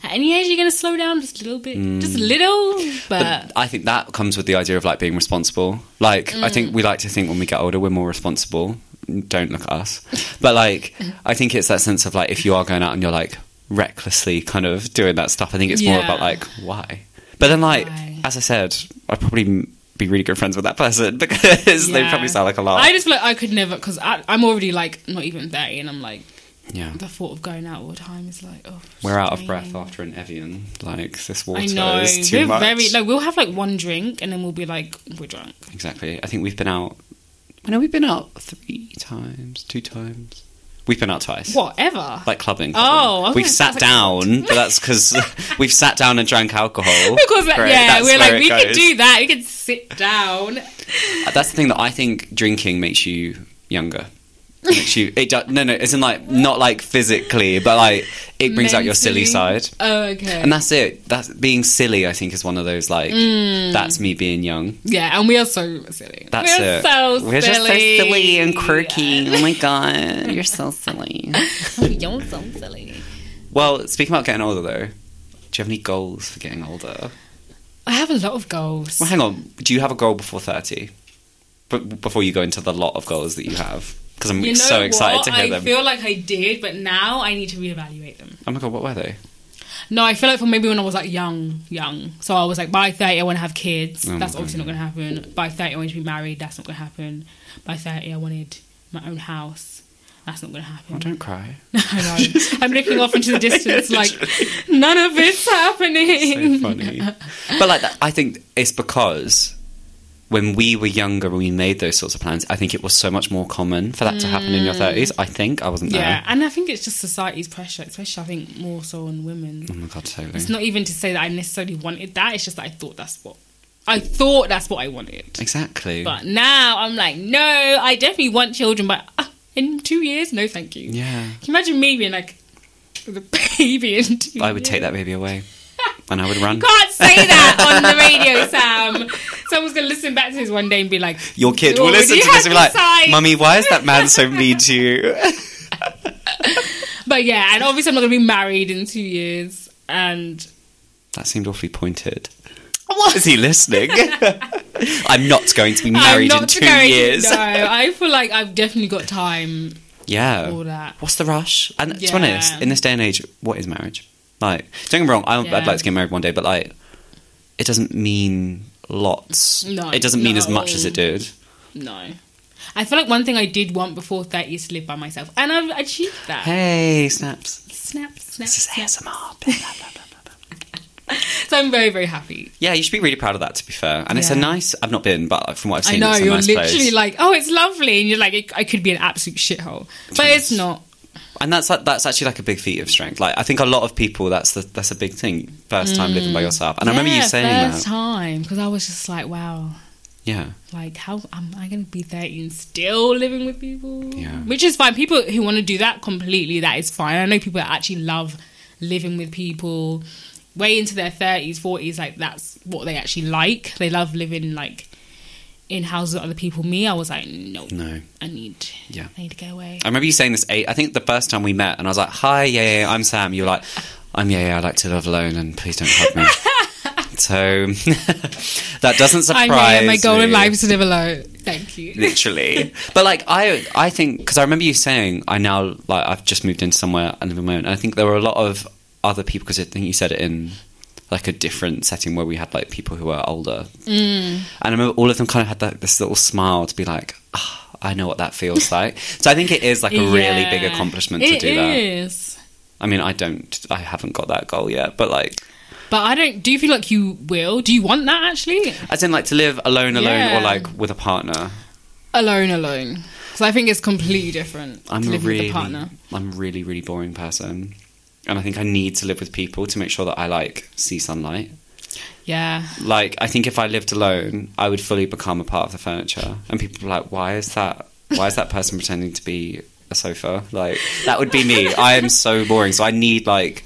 [SPEAKER 1] At any age, you're gonna slow down just a little bit, just a little, but.
[SPEAKER 2] Mm. But I think that comes with the idea of like being responsible. Like I
[SPEAKER 1] Mm.
[SPEAKER 2] think we like to think when we get older we're more responsible. Don't look at us. But like I think it's that sense of like if you are going out and you're like recklessly kind of doing that stuff, I think it's more
[SPEAKER 1] Yeah.
[SPEAKER 2] about like why. But then like
[SPEAKER 1] Why?
[SPEAKER 2] as I said, I'd probably m- be really good friends with that person because they
[SPEAKER 1] yeah.
[SPEAKER 2] probably sound like a lot.
[SPEAKER 1] I just feel like I could never, because I'm already like not even 30, and I'm like,
[SPEAKER 2] yeah.
[SPEAKER 1] the thought of going out all the time is like, oh.
[SPEAKER 2] We're out of
[SPEAKER 1] draining.
[SPEAKER 2] breath after an Evian. Like this water
[SPEAKER 1] I know.
[SPEAKER 2] is too
[SPEAKER 1] we're
[SPEAKER 2] much.
[SPEAKER 1] very like we'll have like one drink and then we'll be like we're drunk.
[SPEAKER 2] Exactly. I think we've been out. I know we've been out three times, two times. We've been out twice.
[SPEAKER 1] Whatever.
[SPEAKER 2] Like clubbing.
[SPEAKER 1] Oh,
[SPEAKER 2] clubbing.
[SPEAKER 1] okay.
[SPEAKER 2] we've sat
[SPEAKER 1] That's like-
[SPEAKER 2] down, but that's because we've sat down and drank alcohol.
[SPEAKER 1] because like,
[SPEAKER 2] Great,
[SPEAKER 1] yeah,
[SPEAKER 2] that's
[SPEAKER 1] we're
[SPEAKER 2] where
[SPEAKER 1] like
[SPEAKER 2] it
[SPEAKER 1] we could
[SPEAKER 2] goes.
[SPEAKER 1] do that. We could sit down.
[SPEAKER 2] That's the thing that I think drinking makes you younger. It Makes you it do, no no. It's in like not like physically, but like it brings out your silly
[SPEAKER 1] Mentally.
[SPEAKER 2] side.
[SPEAKER 1] Oh, okay.
[SPEAKER 2] And that's it. That's being silly. I think is one of those like
[SPEAKER 1] Mm.
[SPEAKER 2] that's me being young.
[SPEAKER 1] yeah, and we are so silly.
[SPEAKER 2] That's
[SPEAKER 1] we're
[SPEAKER 2] it.
[SPEAKER 1] So silly.
[SPEAKER 2] We're just so silly and quirky. Oh my god, you're so silly.
[SPEAKER 1] You're so silly.
[SPEAKER 2] Well, speaking about getting older, though, do you have any goals for getting older?
[SPEAKER 1] I have a lot of goals.
[SPEAKER 2] Well, hang on. Do you have a goal before thirty? But before you go into the lot of goals that you have, because I'm
[SPEAKER 1] You know
[SPEAKER 2] so excited
[SPEAKER 1] what?
[SPEAKER 2] to hear
[SPEAKER 1] I
[SPEAKER 2] them.
[SPEAKER 1] feel like I did, but now I need to reevaluate them.
[SPEAKER 2] oh my god, what were they?
[SPEAKER 1] No, I feel like for maybe when I was like young, young. So I was like, by 30, I want to have kids.
[SPEAKER 2] Oh my
[SPEAKER 1] that's
[SPEAKER 2] God,
[SPEAKER 1] obviously not going to happen. By 30, I wanted to be married. That's not going to happen. By 30, I wanted my own house. That's not going to happen.
[SPEAKER 2] Oh, don't cry.
[SPEAKER 1] I know. I'm looking off into the distance like, none of it's happening.
[SPEAKER 2] So funny. but like, that, I think it's because when we were younger, when we made those sorts of plans, I think it was so much more common for that to happen in your thirties. I think I wasn't
[SPEAKER 1] Mm. Yeah,
[SPEAKER 2] there.
[SPEAKER 1] and I think it's just society's pressure, especially I think more so on women.
[SPEAKER 2] Oh my god, totally.
[SPEAKER 1] It's not even to say that I necessarily wanted that. It's just that I thought that's what I thought that's what I wanted.
[SPEAKER 2] exactly.
[SPEAKER 1] But now I'm like, no, I definitely want children, but uh, in two years, no, thank you.
[SPEAKER 2] yeah,
[SPEAKER 1] Can you imagine me being like the baby in two?
[SPEAKER 2] I would take that baby away, and I would run.
[SPEAKER 1] You can't say that on the radio, Sam. Someone's gonna listen back to this one day and be like,
[SPEAKER 2] Your kid
[SPEAKER 1] "You
[SPEAKER 2] will listen
[SPEAKER 1] already
[SPEAKER 2] to this and be like,
[SPEAKER 1] have the sign."
[SPEAKER 2] "Mummy, why is that man so mean to you?"
[SPEAKER 1] But yeah, and obviously I'm not gonna be married in two years, and
[SPEAKER 2] That seemed awfully pointed.
[SPEAKER 1] what?
[SPEAKER 2] Is he listening? I'm not going to be married in two
[SPEAKER 1] going-
[SPEAKER 2] years.
[SPEAKER 1] No, I feel like I've definitely got time.
[SPEAKER 2] Yeah.
[SPEAKER 1] All that.
[SPEAKER 2] Oh. What's the rush? And to be
[SPEAKER 1] Yeah.
[SPEAKER 2] honest, in this day and age, what is marriage? Like, don't get me wrong, I,
[SPEAKER 1] Yeah.
[SPEAKER 2] I'd like to get married one day, but like, it doesn't mean lots.
[SPEAKER 1] No,
[SPEAKER 2] it doesn't mean
[SPEAKER 1] not
[SPEAKER 2] as
[SPEAKER 1] at
[SPEAKER 2] much as it
[SPEAKER 1] all.
[SPEAKER 2] did.
[SPEAKER 1] No. I feel like one thing I did want before 30 is to live by myself. And I've achieved that.
[SPEAKER 2] Hey, snaps.
[SPEAKER 1] Snap, snap,
[SPEAKER 2] This is
[SPEAKER 1] snap.
[SPEAKER 2] ASMR. blah, blah, blah, blah, blah.
[SPEAKER 1] So I'm very, very happy.
[SPEAKER 2] Yeah, you should be really proud of that. To be fair, and it's a
[SPEAKER 1] Yeah.
[SPEAKER 2] nice. I've not been, but from what I've
[SPEAKER 1] I
[SPEAKER 2] seen,
[SPEAKER 1] know,
[SPEAKER 2] it's a
[SPEAKER 1] you're
[SPEAKER 2] nice
[SPEAKER 1] literally
[SPEAKER 2] place.
[SPEAKER 1] like, oh, it's lovely. And you're like, it, I could be an absolute shithole. But it's not.
[SPEAKER 2] and that's like, that's actually like a big feat of strength. Like I think a lot of people, that's the, that's a big thing. First time living by yourself, and I remember you
[SPEAKER 1] Mm. Yeah,
[SPEAKER 2] saying
[SPEAKER 1] first
[SPEAKER 2] that.
[SPEAKER 1] time. Because I was just like, wow.
[SPEAKER 2] Yeah,
[SPEAKER 1] Like, how am I going to be 30 and still living with people?
[SPEAKER 2] Yeah.
[SPEAKER 1] Which is fine. People who want to do that completely, that is fine. I know people that actually love living with people way into their 30s, 40s. Like, that's what they actually like. They love living, like, in houses with other people. Me, I was like, no.
[SPEAKER 2] no.
[SPEAKER 1] I need,
[SPEAKER 2] Yeah.
[SPEAKER 1] I need to go away.
[SPEAKER 2] I remember you saying this eight. I think the first time we met, and I was like, "Hi, yeah, yeah, yeah, I'm Sam." You're like, "I'm yeah, yeah. I like to live alone, and please don't hug me." so that doesn't
[SPEAKER 1] I
[SPEAKER 2] surprise.
[SPEAKER 1] know my goal in
[SPEAKER 2] me.
[SPEAKER 1] life is to live alone. Thank you.
[SPEAKER 2] literally. but like I, I think because I remember you saying I now like I've just moved in somewhere and live on my own. And I think there were a lot of other people because I think you said it in like a different setting where we had like people who were older, mm. and I remember all of them kind of had that this little smile to be like. "Ah, I know what that feels like. So I think it is like a really big
[SPEAKER 1] Yeah.
[SPEAKER 2] accomplishment to
[SPEAKER 1] It
[SPEAKER 2] do that.
[SPEAKER 1] is.
[SPEAKER 2] I mean, I don't, I haven't got that goal yet, but like,
[SPEAKER 1] But I don't. Do you feel like you will? Do you want that actually?
[SPEAKER 2] I didn't like to live alone, alone,
[SPEAKER 1] Yeah.
[SPEAKER 2] or like with a partner.
[SPEAKER 1] Alone, alone. Because I think it's completely different.
[SPEAKER 2] I'm
[SPEAKER 1] to
[SPEAKER 2] a
[SPEAKER 1] live
[SPEAKER 2] really,
[SPEAKER 1] with a partner.
[SPEAKER 2] I'm a really, really boring person, and I think I need to live with people to make sure that I like see sunlight.
[SPEAKER 1] Yeah.
[SPEAKER 2] Like, I think if I lived alone, I would fully become a part of the furniture, and people are like, "Why is that? Why is that person pretending to be a sofa? Like, that would be me. I am so boring. So I need like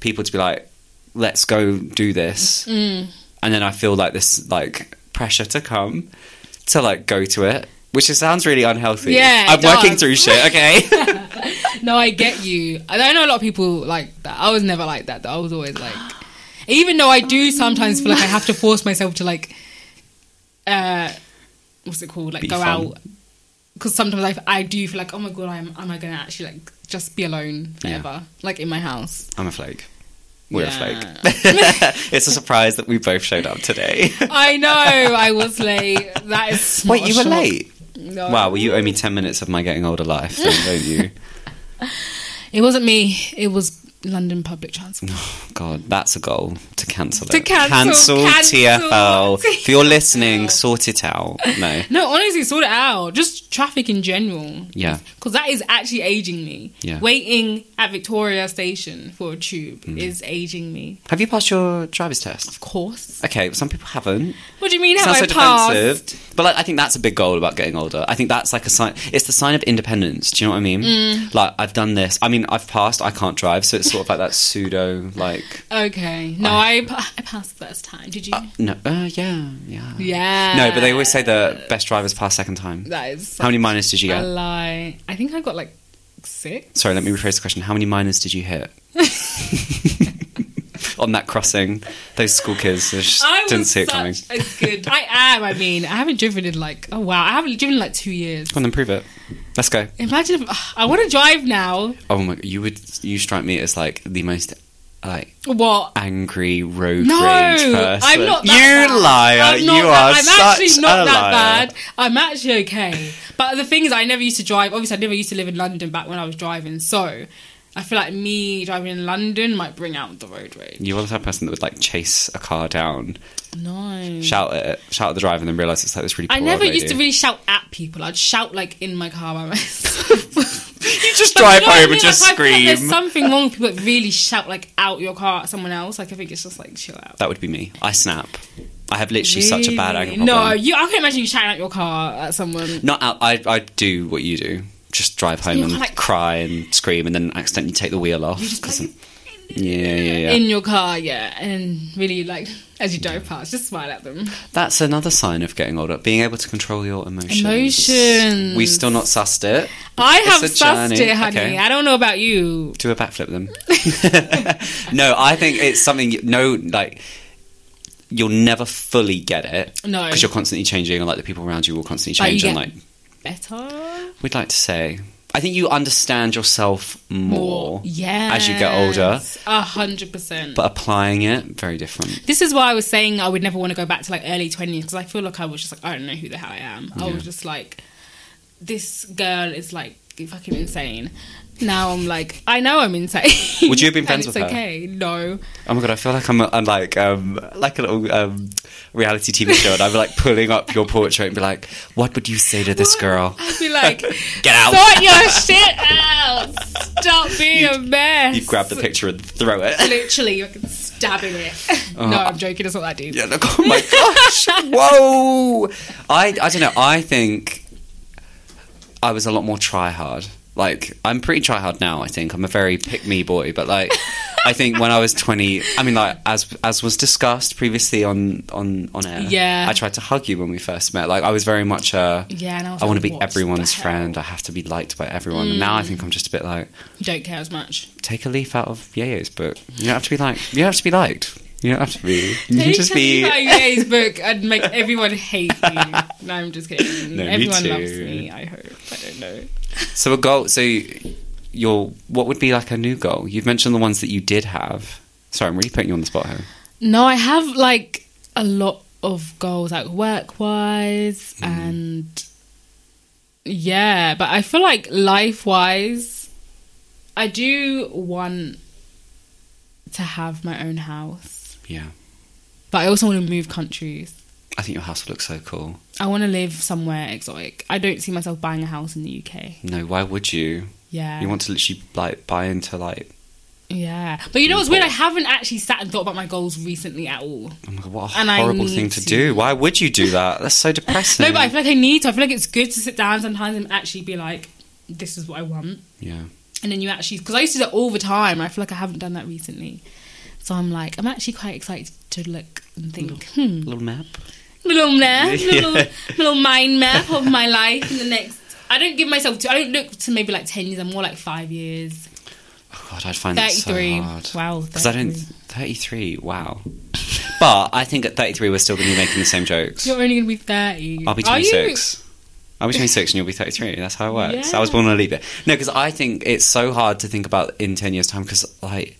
[SPEAKER 2] people to be like, "Let's go do this,"
[SPEAKER 1] Mm.
[SPEAKER 2] and then I feel like this like pressure to come to like go to it. Which it sounds really unhealthy.
[SPEAKER 1] Yeah, it
[SPEAKER 2] I'm working
[SPEAKER 1] does.
[SPEAKER 2] through shit. Okay,
[SPEAKER 1] No, I get you. I don't know a lot of people like that. I was never like that. Though. I was always like, even though I do sometimes feel like I have to force myself to like, uh, what's it called? Like
[SPEAKER 2] Be
[SPEAKER 1] go
[SPEAKER 2] fun.
[SPEAKER 1] out. Because sometimes I, I do feel like, oh my god, I'm am I gonna actually like just be alone
[SPEAKER 2] Yeah.
[SPEAKER 1] forever, like in my house?
[SPEAKER 2] I'm a flake. We're
[SPEAKER 1] Yeah.
[SPEAKER 2] a flake. it's a surprise that we both showed up today.
[SPEAKER 1] I know. I was late. That is.
[SPEAKER 2] Wait,
[SPEAKER 1] not a
[SPEAKER 2] you were
[SPEAKER 1] shock.
[SPEAKER 2] late.
[SPEAKER 1] No.
[SPEAKER 2] Wow, well, you owe me 10 minutes of my getting older life, then, don't you?
[SPEAKER 1] It wasn't me. It was London public transport.
[SPEAKER 2] Oh, God, that's a goal to cancel it.
[SPEAKER 1] To cancel, cancel.
[SPEAKER 2] TFL. If you're listening, sort it out. No.
[SPEAKER 1] No, honestly, sort it out. Just traffic in general.
[SPEAKER 2] Yeah.
[SPEAKER 1] Because that is actually aging me.
[SPEAKER 2] Yeah. Mm.
[SPEAKER 1] Waiting at Victoria Station for a tube is aging me.
[SPEAKER 2] Have you passed your driver's test?
[SPEAKER 1] Of course.
[SPEAKER 2] Okay, some people haven't.
[SPEAKER 1] What do you mean? Have
[SPEAKER 2] Sounds
[SPEAKER 1] I
[SPEAKER 2] so
[SPEAKER 1] passed?
[SPEAKER 2] defensive. But like, I think that's a big goal about getting older. I think that's like a sign. It's the sign of independence. Do you know what I mean?
[SPEAKER 1] Mm.
[SPEAKER 2] Like, I've done this. I mean, I've passed. I can't drive, so it's sort of like that pseudo like
[SPEAKER 1] Okay.
[SPEAKER 2] Oh.
[SPEAKER 1] No, I, pa- I passed the first time. Did you?
[SPEAKER 2] No, uh, yeah, yeah,
[SPEAKER 1] yeah.
[SPEAKER 2] No, but they always say the best drivers pass second time.
[SPEAKER 1] that is
[SPEAKER 2] How many minors did you
[SPEAKER 1] a
[SPEAKER 2] get?
[SPEAKER 1] lie. I think I got like six.
[SPEAKER 2] Sorry, let me rephrase the question. How many minors did you hit on that crossing? Those school kids they just
[SPEAKER 1] I
[SPEAKER 2] didn't
[SPEAKER 1] was
[SPEAKER 2] see it
[SPEAKER 1] such
[SPEAKER 2] coming.
[SPEAKER 1] a good. I am. I mean, I haven't driven in like oh wow, I haven't driven in like two years.
[SPEAKER 2] Come on, improve it. Let's go.
[SPEAKER 1] Imagine if ugh, I want to drive now.
[SPEAKER 2] Oh my! You would you strike me as like the most like
[SPEAKER 1] What?
[SPEAKER 2] angry road
[SPEAKER 1] No,
[SPEAKER 2] rage person.
[SPEAKER 1] I'm not. That
[SPEAKER 2] you
[SPEAKER 1] bad.
[SPEAKER 2] liar!
[SPEAKER 1] I'm not
[SPEAKER 2] you
[SPEAKER 1] that-
[SPEAKER 2] are
[SPEAKER 1] I'm
[SPEAKER 2] such
[SPEAKER 1] actually not
[SPEAKER 2] a
[SPEAKER 1] that
[SPEAKER 2] liar.
[SPEAKER 1] bad. I'm actually okay. But the thing is, I never used to drive. Obviously, I never used to live in London back when I was driving. So I feel like me driving in London might bring out the road rage.
[SPEAKER 2] You are the type of person that would like chase a car down,
[SPEAKER 1] No.
[SPEAKER 2] shout at it, shout at the driver, and then realize it's like this really.
[SPEAKER 1] I
[SPEAKER 2] poor
[SPEAKER 1] never
[SPEAKER 2] old
[SPEAKER 1] used to
[SPEAKER 2] lady.
[SPEAKER 1] really shout at people. I'd shout like in my car by myself.
[SPEAKER 2] You just
[SPEAKER 1] But
[SPEAKER 2] drive
[SPEAKER 1] you know what I
[SPEAKER 2] home and
[SPEAKER 1] mean?
[SPEAKER 2] just
[SPEAKER 1] Like, I feel like
[SPEAKER 2] scream.
[SPEAKER 1] there's something wrong with people that really shout like out your car at someone else. Like I think it's just like chill out.
[SPEAKER 2] That would be me. I snap. I have literally such a bad anger
[SPEAKER 1] Really? No,
[SPEAKER 2] problem.
[SPEAKER 1] you. I can imagine you shouting out your car at someone.
[SPEAKER 2] Not out. I, I do what you do. Just drive home
[SPEAKER 1] You're
[SPEAKER 2] and
[SPEAKER 1] like-
[SPEAKER 2] cry and scream and then accidentally take the wheel off. 'cause I'm- yeah, yeah, yeah.
[SPEAKER 1] in your car, yeah, and really like as you drove past, just smile at them.
[SPEAKER 2] That's another sign of getting older. Being able to control your emotions.
[SPEAKER 1] Emotions.
[SPEAKER 2] We've still not sussed it.
[SPEAKER 1] I have
[SPEAKER 2] a
[SPEAKER 1] sussed
[SPEAKER 2] journey.
[SPEAKER 1] it, honey.
[SPEAKER 2] Okay.
[SPEAKER 1] I don't know about you.
[SPEAKER 2] Do a backflip then. no, I think it's something. you- No, like you'll never fully get it.
[SPEAKER 1] No.
[SPEAKER 2] because you're constantly changing, and like the people around you will constantly
[SPEAKER 1] But you
[SPEAKER 2] change, and
[SPEAKER 1] get-
[SPEAKER 2] like
[SPEAKER 1] Better.
[SPEAKER 2] We'd like to say, I think you understand yourself more,
[SPEAKER 1] yeah.
[SPEAKER 2] as you get older.
[SPEAKER 1] A hundred percent.
[SPEAKER 2] But applying it, very different.
[SPEAKER 1] This is why I was saying I would never want to go back to like early twenties because I feel like I was just like I don't know who the hell I am. I was just like, this girl is like fucking insane. Now I'm like, I know I'm insane.
[SPEAKER 2] Would you have been
[SPEAKER 1] And
[SPEAKER 2] friends
[SPEAKER 1] it's
[SPEAKER 2] with her?
[SPEAKER 1] okay. No,
[SPEAKER 2] Oh my god, I feel like I'm, I'm like um, like a little um, reality TV show, and I'm like pulling up your portrait and be like, "What would you say to this girl?
[SPEAKER 1] I'd be like,
[SPEAKER 2] Get out!"
[SPEAKER 1] sort your shit out. Stop being a mess.
[SPEAKER 2] You grab the picture and throw it.
[SPEAKER 1] Literally, you're fucking stabbing it. no, I'm joking. It's not that deep.
[SPEAKER 2] Uh-huh. Yeah, look, oh my gosh! Whoa! I I don't know. I think I was a lot more try hard. Like I'm pretty try hard now. I think I'm a very pick me boy, but like I think when I was 20, I mean, like as as was discussed previously on on on air.
[SPEAKER 1] Yeah.
[SPEAKER 2] I tried to hug you when we first met. Like I was very much a
[SPEAKER 1] Yeah, and I was
[SPEAKER 2] I want
[SPEAKER 1] like,
[SPEAKER 2] to be
[SPEAKER 1] what the
[SPEAKER 2] everyone's
[SPEAKER 1] hell? Mm.
[SPEAKER 2] friend. I have to be liked by everyone. And now I think I'm just a bit like
[SPEAKER 1] You don't care as much.
[SPEAKER 2] take a leaf out of Yayo's book. You don't have to be like you don't have to be liked. You don't have to be. You can
[SPEAKER 1] Take
[SPEAKER 2] just
[SPEAKER 1] a
[SPEAKER 2] be.
[SPEAKER 1] leaf out of Ye's book and make everyone hate me. No, I'm just kidding.
[SPEAKER 2] No, me
[SPEAKER 1] everyone
[SPEAKER 2] too.
[SPEAKER 1] loves me. I hope. I don't know.
[SPEAKER 2] So a goal. So your what would be like a new goal? You've mentioned the ones that you did have. Sorry, I'm really putting you on the spot here.
[SPEAKER 1] No, I have like a lot of goals, like work wise
[SPEAKER 2] Hmm.
[SPEAKER 1] and yeah, but I feel like life wise, I do want to have my own house,
[SPEAKER 2] Yeah,
[SPEAKER 1] but I also want to move countries.
[SPEAKER 2] I think your house would look so cool.
[SPEAKER 1] I want to live somewhere exotic. I don't see myself buying a house in the UK.
[SPEAKER 2] No, why would you?
[SPEAKER 1] Yeah.
[SPEAKER 2] You want to literally like buy into like.
[SPEAKER 1] Yeah, but you know what's weird? I haven't actually sat and thought about my goals recently at all.
[SPEAKER 2] Oh my god, what a
[SPEAKER 1] And I
[SPEAKER 2] horrible
[SPEAKER 1] need
[SPEAKER 2] thing to,
[SPEAKER 1] to-
[SPEAKER 2] do. Why would you do that? That's so depressing.
[SPEAKER 1] No, but I feel like I need to. I feel like it's good to sit down sometimes and actually be like, "This is what I want,"
[SPEAKER 2] yeah.
[SPEAKER 1] and then you actually because I used to do that all the time. I feel like I haven't done that recently, so I'm like, I'm actually quite excited to look and think. Hmm,
[SPEAKER 2] Little map.
[SPEAKER 1] little map,
[SPEAKER 2] Yeah.
[SPEAKER 1] little little mind map of my life in the next. I don't give myself. To, I don't look to maybe like ten years. I'm more like five years,
[SPEAKER 2] Oh God, I'd find that
[SPEAKER 1] thirty
[SPEAKER 2] so
[SPEAKER 1] three.
[SPEAKER 2] hard.
[SPEAKER 1] wow,
[SPEAKER 2] Because I don't.
[SPEAKER 1] 33.
[SPEAKER 2] 33, wow. but I think at 33, we're still going to be making the same jokes.
[SPEAKER 1] You're only gonna be thirty.
[SPEAKER 2] I'll be
[SPEAKER 1] Are you?
[SPEAKER 2] 26. I'll be 26 and you'll be 33. That's how it works. I was
[SPEAKER 1] Yeah.
[SPEAKER 2] born on a leap year. No, because I think it's so hard to think about in 10 years' time because, like,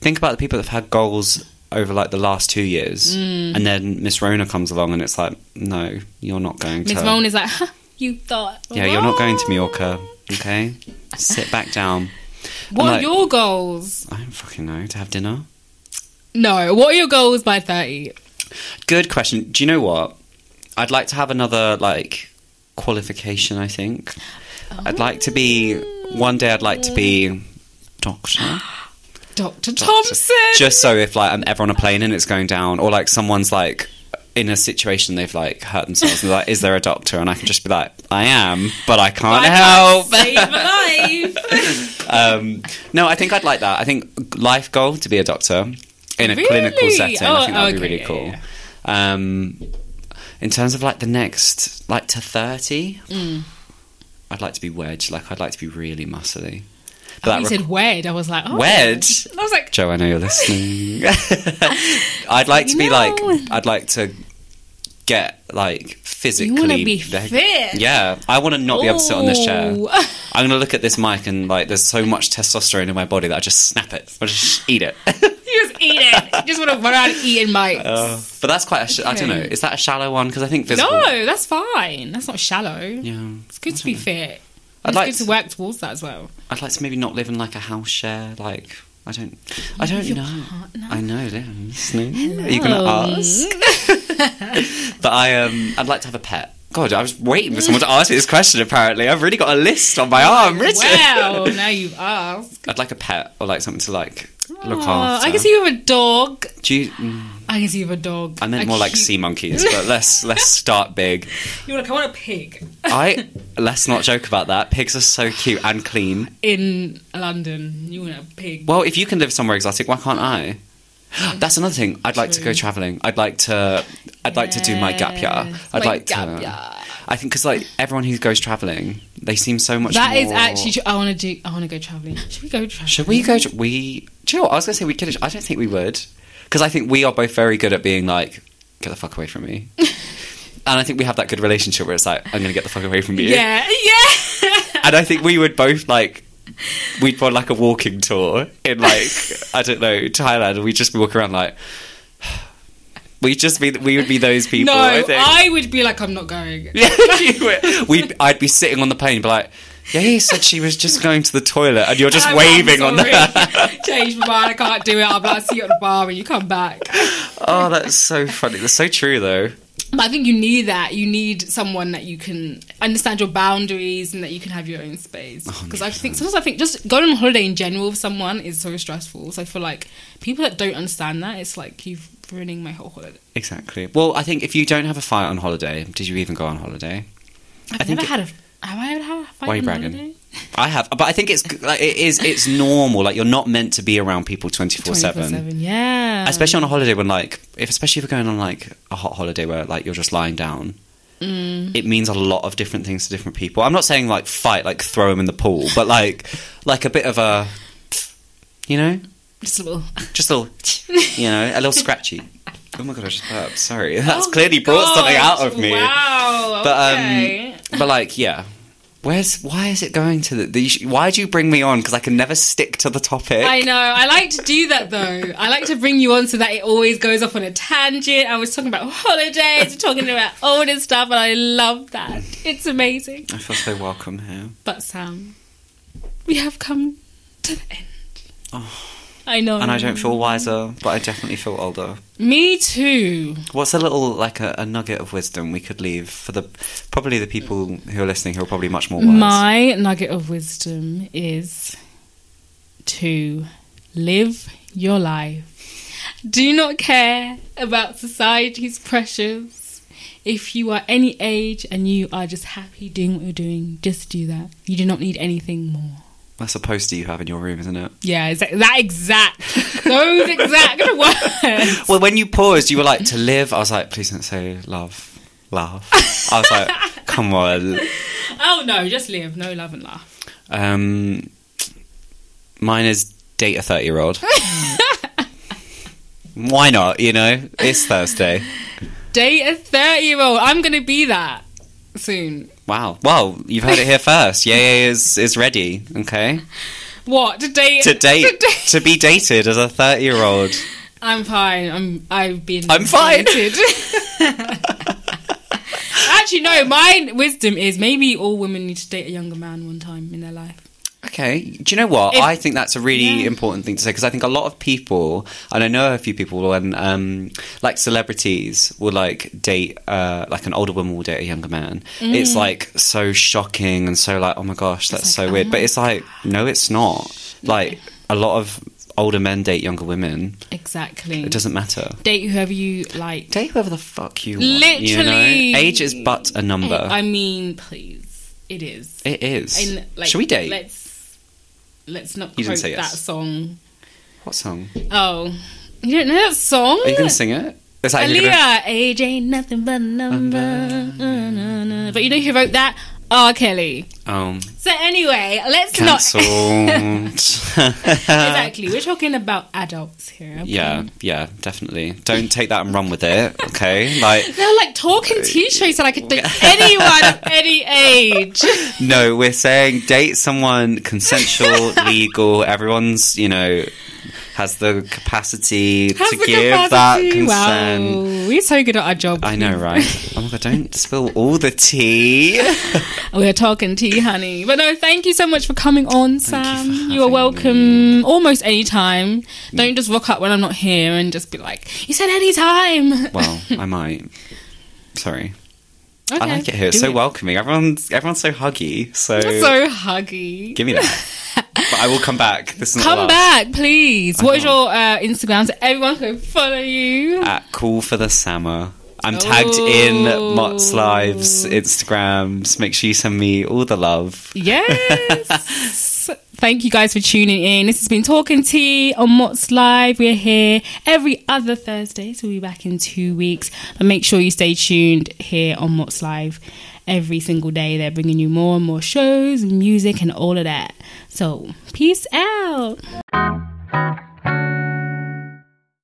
[SPEAKER 2] think about the people that have had goals over, like, the last two years.
[SPEAKER 1] Mm.
[SPEAKER 2] And then Miss Rona comes along and it's like, no, you're not going to.
[SPEAKER 1] Miss Moan is like, huh, you thought.
[SPEAKER 2] Yeah, you're not going to
[SPEAKER 1] wrong."
[SPEAKER 2] Mallorca, okay? Sit back down.
[SPEAKER 1] What
[SPEAKER 2] I'm
[SPEAKER 1] are
[SPEAKER 2] like-
[SPEAKER 1] your goals?
[SPEAKER 2] I don't fucking know. To have dinner?
[SPEAKER 1] No, what are your goals by 30?
[SPEAKER 2] Good question. Do you know what? I'd like to have another like qualification. I think I'd like to be one day. I'd like to be doctor.
[SPEAKER 1] Dr. Thompson!
[SPEAKER 2] Just so if like I'm ever on a plane and it's going down, or like someone's like in a situation they've like hurt themselves and they're like, is there a doctor? And I can just be like, I am, but I can't
[SPEAKER 1] I
[SPEAKER 2] help.
[SPEAKER 1] can't Save a life!
[SPEAKER 2] Um, no, I think I'd like that. I think life goal to be a doctor in a
[SPEAKER 1] Really?
[SPEAKER 2] clinical setting. I
[SPEAKER 1] Oh,
[SPEAKER 2] think that'd be
[SPEAKER 1] okay,
[SPEAKER 2] really
[SPEAKER 1] yeah,
[SPEAKER 2] cool. Um, in terms of like the next, like to thirty,
[SPEAKER 1] Mm.
[SPEAKER 2] I'd like to be wedged. Like I'd like to be really muscly. But
[SPEAKER 1] Oh, you
[SPEAKER 2] that
[SPEAKER 1] said wed. I was like, oh.
[SPEAKER 2] Wed?
[SPEAKER 1] I was like,
[SPEAKER 2] Joe, I know you're listening. I'd like to be
[SPEAKER 1] No.
[SPEAKER 2] like, I'd like to get like physically.
[SPEAKER 1] be fit.
[SPEAKER 2] Yeah, I want to not be able to sit on this chair.
[SPEAKER 1] Ooh.
[SPEAKER 2] I'm gonna look at this mic and like, there's so much testosterone in my body that I just snap it. I just eat it.
[SPEAKER 1] you just eat it. You just want to run out eating mics.
[SPEAKER 2] but that's quite. A sh- I don't know. Is that a shallow one? Because I think physical.
[SPEAKER 1] Uh. no, that's fine. That's not shallow.
[SPEAKER 2] Yeah.
[SPEAKER 1] It's good to be fit.
[SPEAKER 2] I'd
[SPEAKER 1] It's
[SPEAKER 2] like
[SPEAKER 1] good to
[SPEAKER 2] to,
[SPEAKER 1] work towards that as well.
[SPEAKER 2] I'd like to maybe not live in like a house share. Like I don't. I don't
[SPEAKER 1] your
[SPEAKER 2] know.
[SPEAKER 1] partner.
[SPEAKER 2] I know. yeah, I'm listening. Are you gonna ask? But I um I'd like to have a pet. God, I was waiting for someone to ask me this question. Apparently, I've really got a list on my arm written.
[SPEAKER 1] Well, now you've asked.
[SPEAKER 2] I'd like a pet or like something to like look
[SPEAKER 1] Aw,
[SPEAKER 2] after.
[SPEAKER 1] I guess you have a dog.
[SPEAKER 2] Do you, mm,
[SPEAKER 1] I guess you have a dog.
[SPEAKER 2] I meant
[SPEAKER 1] A
[SPEAKER 2] more like
[SPEAKER 1] cute-
[SPEAKER 2] sea monkeys, but let's let's start big.
[SPEAKER 1] You're like, I want a pig.
[SPEAKER 2] I let's not joke about that. Pigs are so cute and clean.
[SPEAKER 1] in London. You want a pig?
[SPEAKER 2] Well, if you can live somewhere exotic, why can't I? That's another thing. I'd like to go traveling. I'd like to. I'd like to do my gap year. I'd
[SPEAKER 1] Yes, my
[SPEAKER 2] like
[SPEAKER 1] gap
[SPEAKER 2] to.
[SPEAKER 1] year.
[SPEAKER 2] I think because like everyone who goes traveling, they seem so much.
[SPEAKER 1] That is
[SPEAKER 2] more-
[SPEAKER 1] actually. True. I want to do. I want to go traveling. Should we go traveling?
[SPEAKER 2] Should we go? To, we do you know what? I was gonna say we could. I don't think we would because I think we are both very good at being like, get the fuck away from me. and I think we have that good relationship where it's like, I'm gonna get the fuck away from you.
[SPEAKER 1] Yeah, yeah.
[SPEAKER 2] and I think we would both like we'd run like a walking tour in like I don't know Thailand, and we'd just be walking around like we'd just be we would be those people.
[SPEAKER 1] No,
[SPEAKER 2] I think.
[SPEAKER 1] I would be like, I'm not going.
[SPEAKER 2] Yeah, you would. We'd, I'd be sitting on the plane, and be like, yeah, he said she was just going to the toilet, and you're just
[SPEAKER 1] I'm-
[SPEAKER 2] waving
[SPEAKER 1] I'm
[SPEAKER 2] on that.
[SPEAKER 1] sorry. Change my mind. I can't do it. I'm like, see you at the bar when you come back.
[SPEAKER 2] Oh, that's so funny. That's so true, though.
[SPEAKER 1] But I think you need that. You need someone that you can understand your boundaries and that you can have your own space.
[SPEAKER 2] Oh,
[SPEAKER 1] Because I think sometimes I think just going on holiday in general with someone is so stressful. So I feel like people that don't understand that, it's like you've ruining my whole holiday.
[SPEAKER 2] Exactly. Well, I think if you don't have a fight on holiday, did you even go on holiday?
[SPEAKER 1] I've
[SPEAKER 2] think
[SPEAKER 1] never
[SPEAKER 2] it-
[SPEAKER 1] had a. Have I ever had a fight
[SPEAKER 2] Why are you
[SPEAKER 1] on
[SPEAKER 2] bragging?
[SPEAKER 1] holiday?
[SPEAKER 2] I have, but I think it's g- like it is. It's normal. Like you're not meant to be around people twenty four seven.
[SPEAKER 1] 24/7, Yeah.
[SPEAKER 2] Especially on a holiday when, like, if especially if you're going on like a hot holiday where like you're just lying down,
[SPEAKER 1] Mm.
[SPEAKER 2] it means a lot of different things to different people. I'm not saying like fight, like throw them in the pool, but like, like a bit of a, you know,
[SPEAKER 1] Just a little.
[SPEAKER 2] just a little, you know, a little scratchy. Oh my god, I just burped. Sorry, that's
[SPEAKER 1] Oh
[SPEAKER 2] clearly
[SPEAKER 1] my
[SPEAKER 2] brought something out
[SPEAKER 1] gosh,
[SPEAKER 2] of me.
[SPEAKER 1] Wow.
[SPEAKER 2] But
[SPEAKER 1] okay.
[SPEAKER 2] um, but like, yeah. Where's why is it going to the? the why do you bring me on? Because I can never stick to the topic.
[SPEAKER 1] I know. I like to do that though. I like to bring you on so that it always goes off on a tangent. I was talking about holidays, talking about all this stuff, and I love that. It's amazing.
[SPEAKER 2] I feel so welcome here.
[SPEAKER 1] But Sam, we have come to the end. I know.
[SPEAKER 2] Oh. and I don't feel wiser, but I definitely feel older.
[SPEAKER 1] Me too.
[SPEAKER 2] What's a little like a, a nugget of wisdom we could leave for the probably the people who are listening who are probably much more wise?
[SPEAKER 1] My nugget of wisdom is to live your life. Do not care about society's pressures. If you are any age and you are just happy doing what you're doing, just do that. You do not need anything more.
[SPEAKER 2] That's a poster you have in your room, isn't it?
[SPEAKER 1] Yeah, exa- that exact, those exact words.
[SPEAKER 2] Well, when you paused, you were like to live. I was like, please don't say love, laugh. I was like, come on.
[SPEAKER 1] Oh no, just live. No love and laugh.
[SPEAKER 2] Um, mine is date a thirty-year-old. Why not? You know, it's Thursday.
[SPEAKER 1] Date a 30 year old. I'm going to be that soon.
[SPEAKER 2] Wow. Well, you've heard it here first. Yeah, yeah, is is ready. Okay.
[SPEAKER 1] What? To date?
[SPEAKER 2] to date
[SPEAKER 1] date-
[SPEAKER 2] to be dated as a 30 year old
[SPEAKER 1] I'm fine. I'm I've been
[SPEAKER 2] I'm fine.
[SPEAKER 1] dated. Actually no, my wisdom is maybe all women need to date a younger man one time in their life.
[SPEAKER 2] okay do you know what
[SPEAKER 1] If-
[SPEAKER 2] i think that's a really
[SPEAKER 1] Yeah.
[SPEAKER 2] important thing to say because i think a lot of people and i know a few people and um like celebrities will like date uh like an older woman will date a younger man
[SPEAKER 1] Mm.
[SPEAKER 2] it's like so shocking and so like oh my gosh that's so weird
[SPEAKER 1] uh-huh.
[SPEAKER 2] but it's like no it's not like a lot of older men date younger women
[SPEAKER 1] Exactly.
[SPEAKER 2] it doesn't matter
[SPEAKER 1] date whoever you like.
[SPEAKER 2] date whoever the fuck you want you know
[SPEAKER 1] Literally.
[SPEAKER 2] age is but a number
[SPEAKER 1] I mean, please. It is.
[SPEAKER 2] it is
[SPEAKER 1] And, like,
[SPEAKER 2] should we date
[SPEAKER 1] Let's let's not
[SPEAKER 2] You
[SPEAKER 1] quote
[SPEAKER 2] didn't
[SPEAKER 1] that
[SPEAKER 2] say yes.
[SPEAKER 1] song.
[SPEAKER 2] what song
[SPEAKER 1] Oh. You don't know that song?
[SPEAKER 2] Are you going to sing it? Is that you're gonna-
[SPEAKER 1] Aaliyah, age ain't nothing but a number. Uh, na, na. But you know who wrote that? R. Kelly.
[SPEAKER 2] Um,
[SPEAKER 1] So anyway, let's not
[SPEAKER 2] cancelled.
[SPEAKER 1] exactly. We're talking about adults here. okay?
[SPEAKER 2] yeah, yeah, definitely. Don't take that and run with it, okay? Like,
[SPEAKER 1] They're like talking t shirts that I could date anyone of any age.
[SPEAKER 2] no, we're saying date someone consensual, legal. Everyone's, you know, has the capacity
[SPEAKER 1] Has
[SPEAKER 2] to
[SPEAKER 1] the
[SPEAKER 2] give that
[SPEAKER 1] capacity.
[SPEAKER 2] consent.
[SPEAKER 1] Wow, we're so good at our job.
[SPEAKER 2] I know, right? Oh my god, don't spill all the tea.
[SPEAKER 1] We're talking tea, honey. But no, thank you so much for coming on, Sam.
[SPEAKER 2] for
[SPEAKER 1] are
[SPEAKER 2] having
[SPEAKER 1] welcome almost any time. Don't just rock up when I'm not here and just be like, "You said any time."
[SPEAKER 2] Well, I might. Sorry.
[SPEAKER 1] okay.
[SPEAKER 2] I like it here. It's
[SPEAKER 1] Do
[SPEAKER 2] so welcoming. Everyone's everyone's so huggy.
[SPEAKER 1] So huggy.
[SPEAKER 2] Give me that. but I will come back. This is
[SPEAKER 1] Come
[SPEAKER 2] not the last.
[SPEAKER 1] back, please. What is your uh, Instagram so everyone can follow you?
[SPEAKER 2] At Call for the Summer. I'm tagged in
[SPEAKER 1] Oh.
[SPEAKER 2] Mott's Lives, Instagrams. Make sure you send me all the love.
[SPEAKER 1] Yes. Thank you guys for tuning in. This has been Talking Tea on Mott's Live. We're here every other Thursday, so we'll be back in two weeks. But make sure you stay tuned here on Mott's Live every single day. They're bringing you more and more shows, music, and all of that. So, peace out.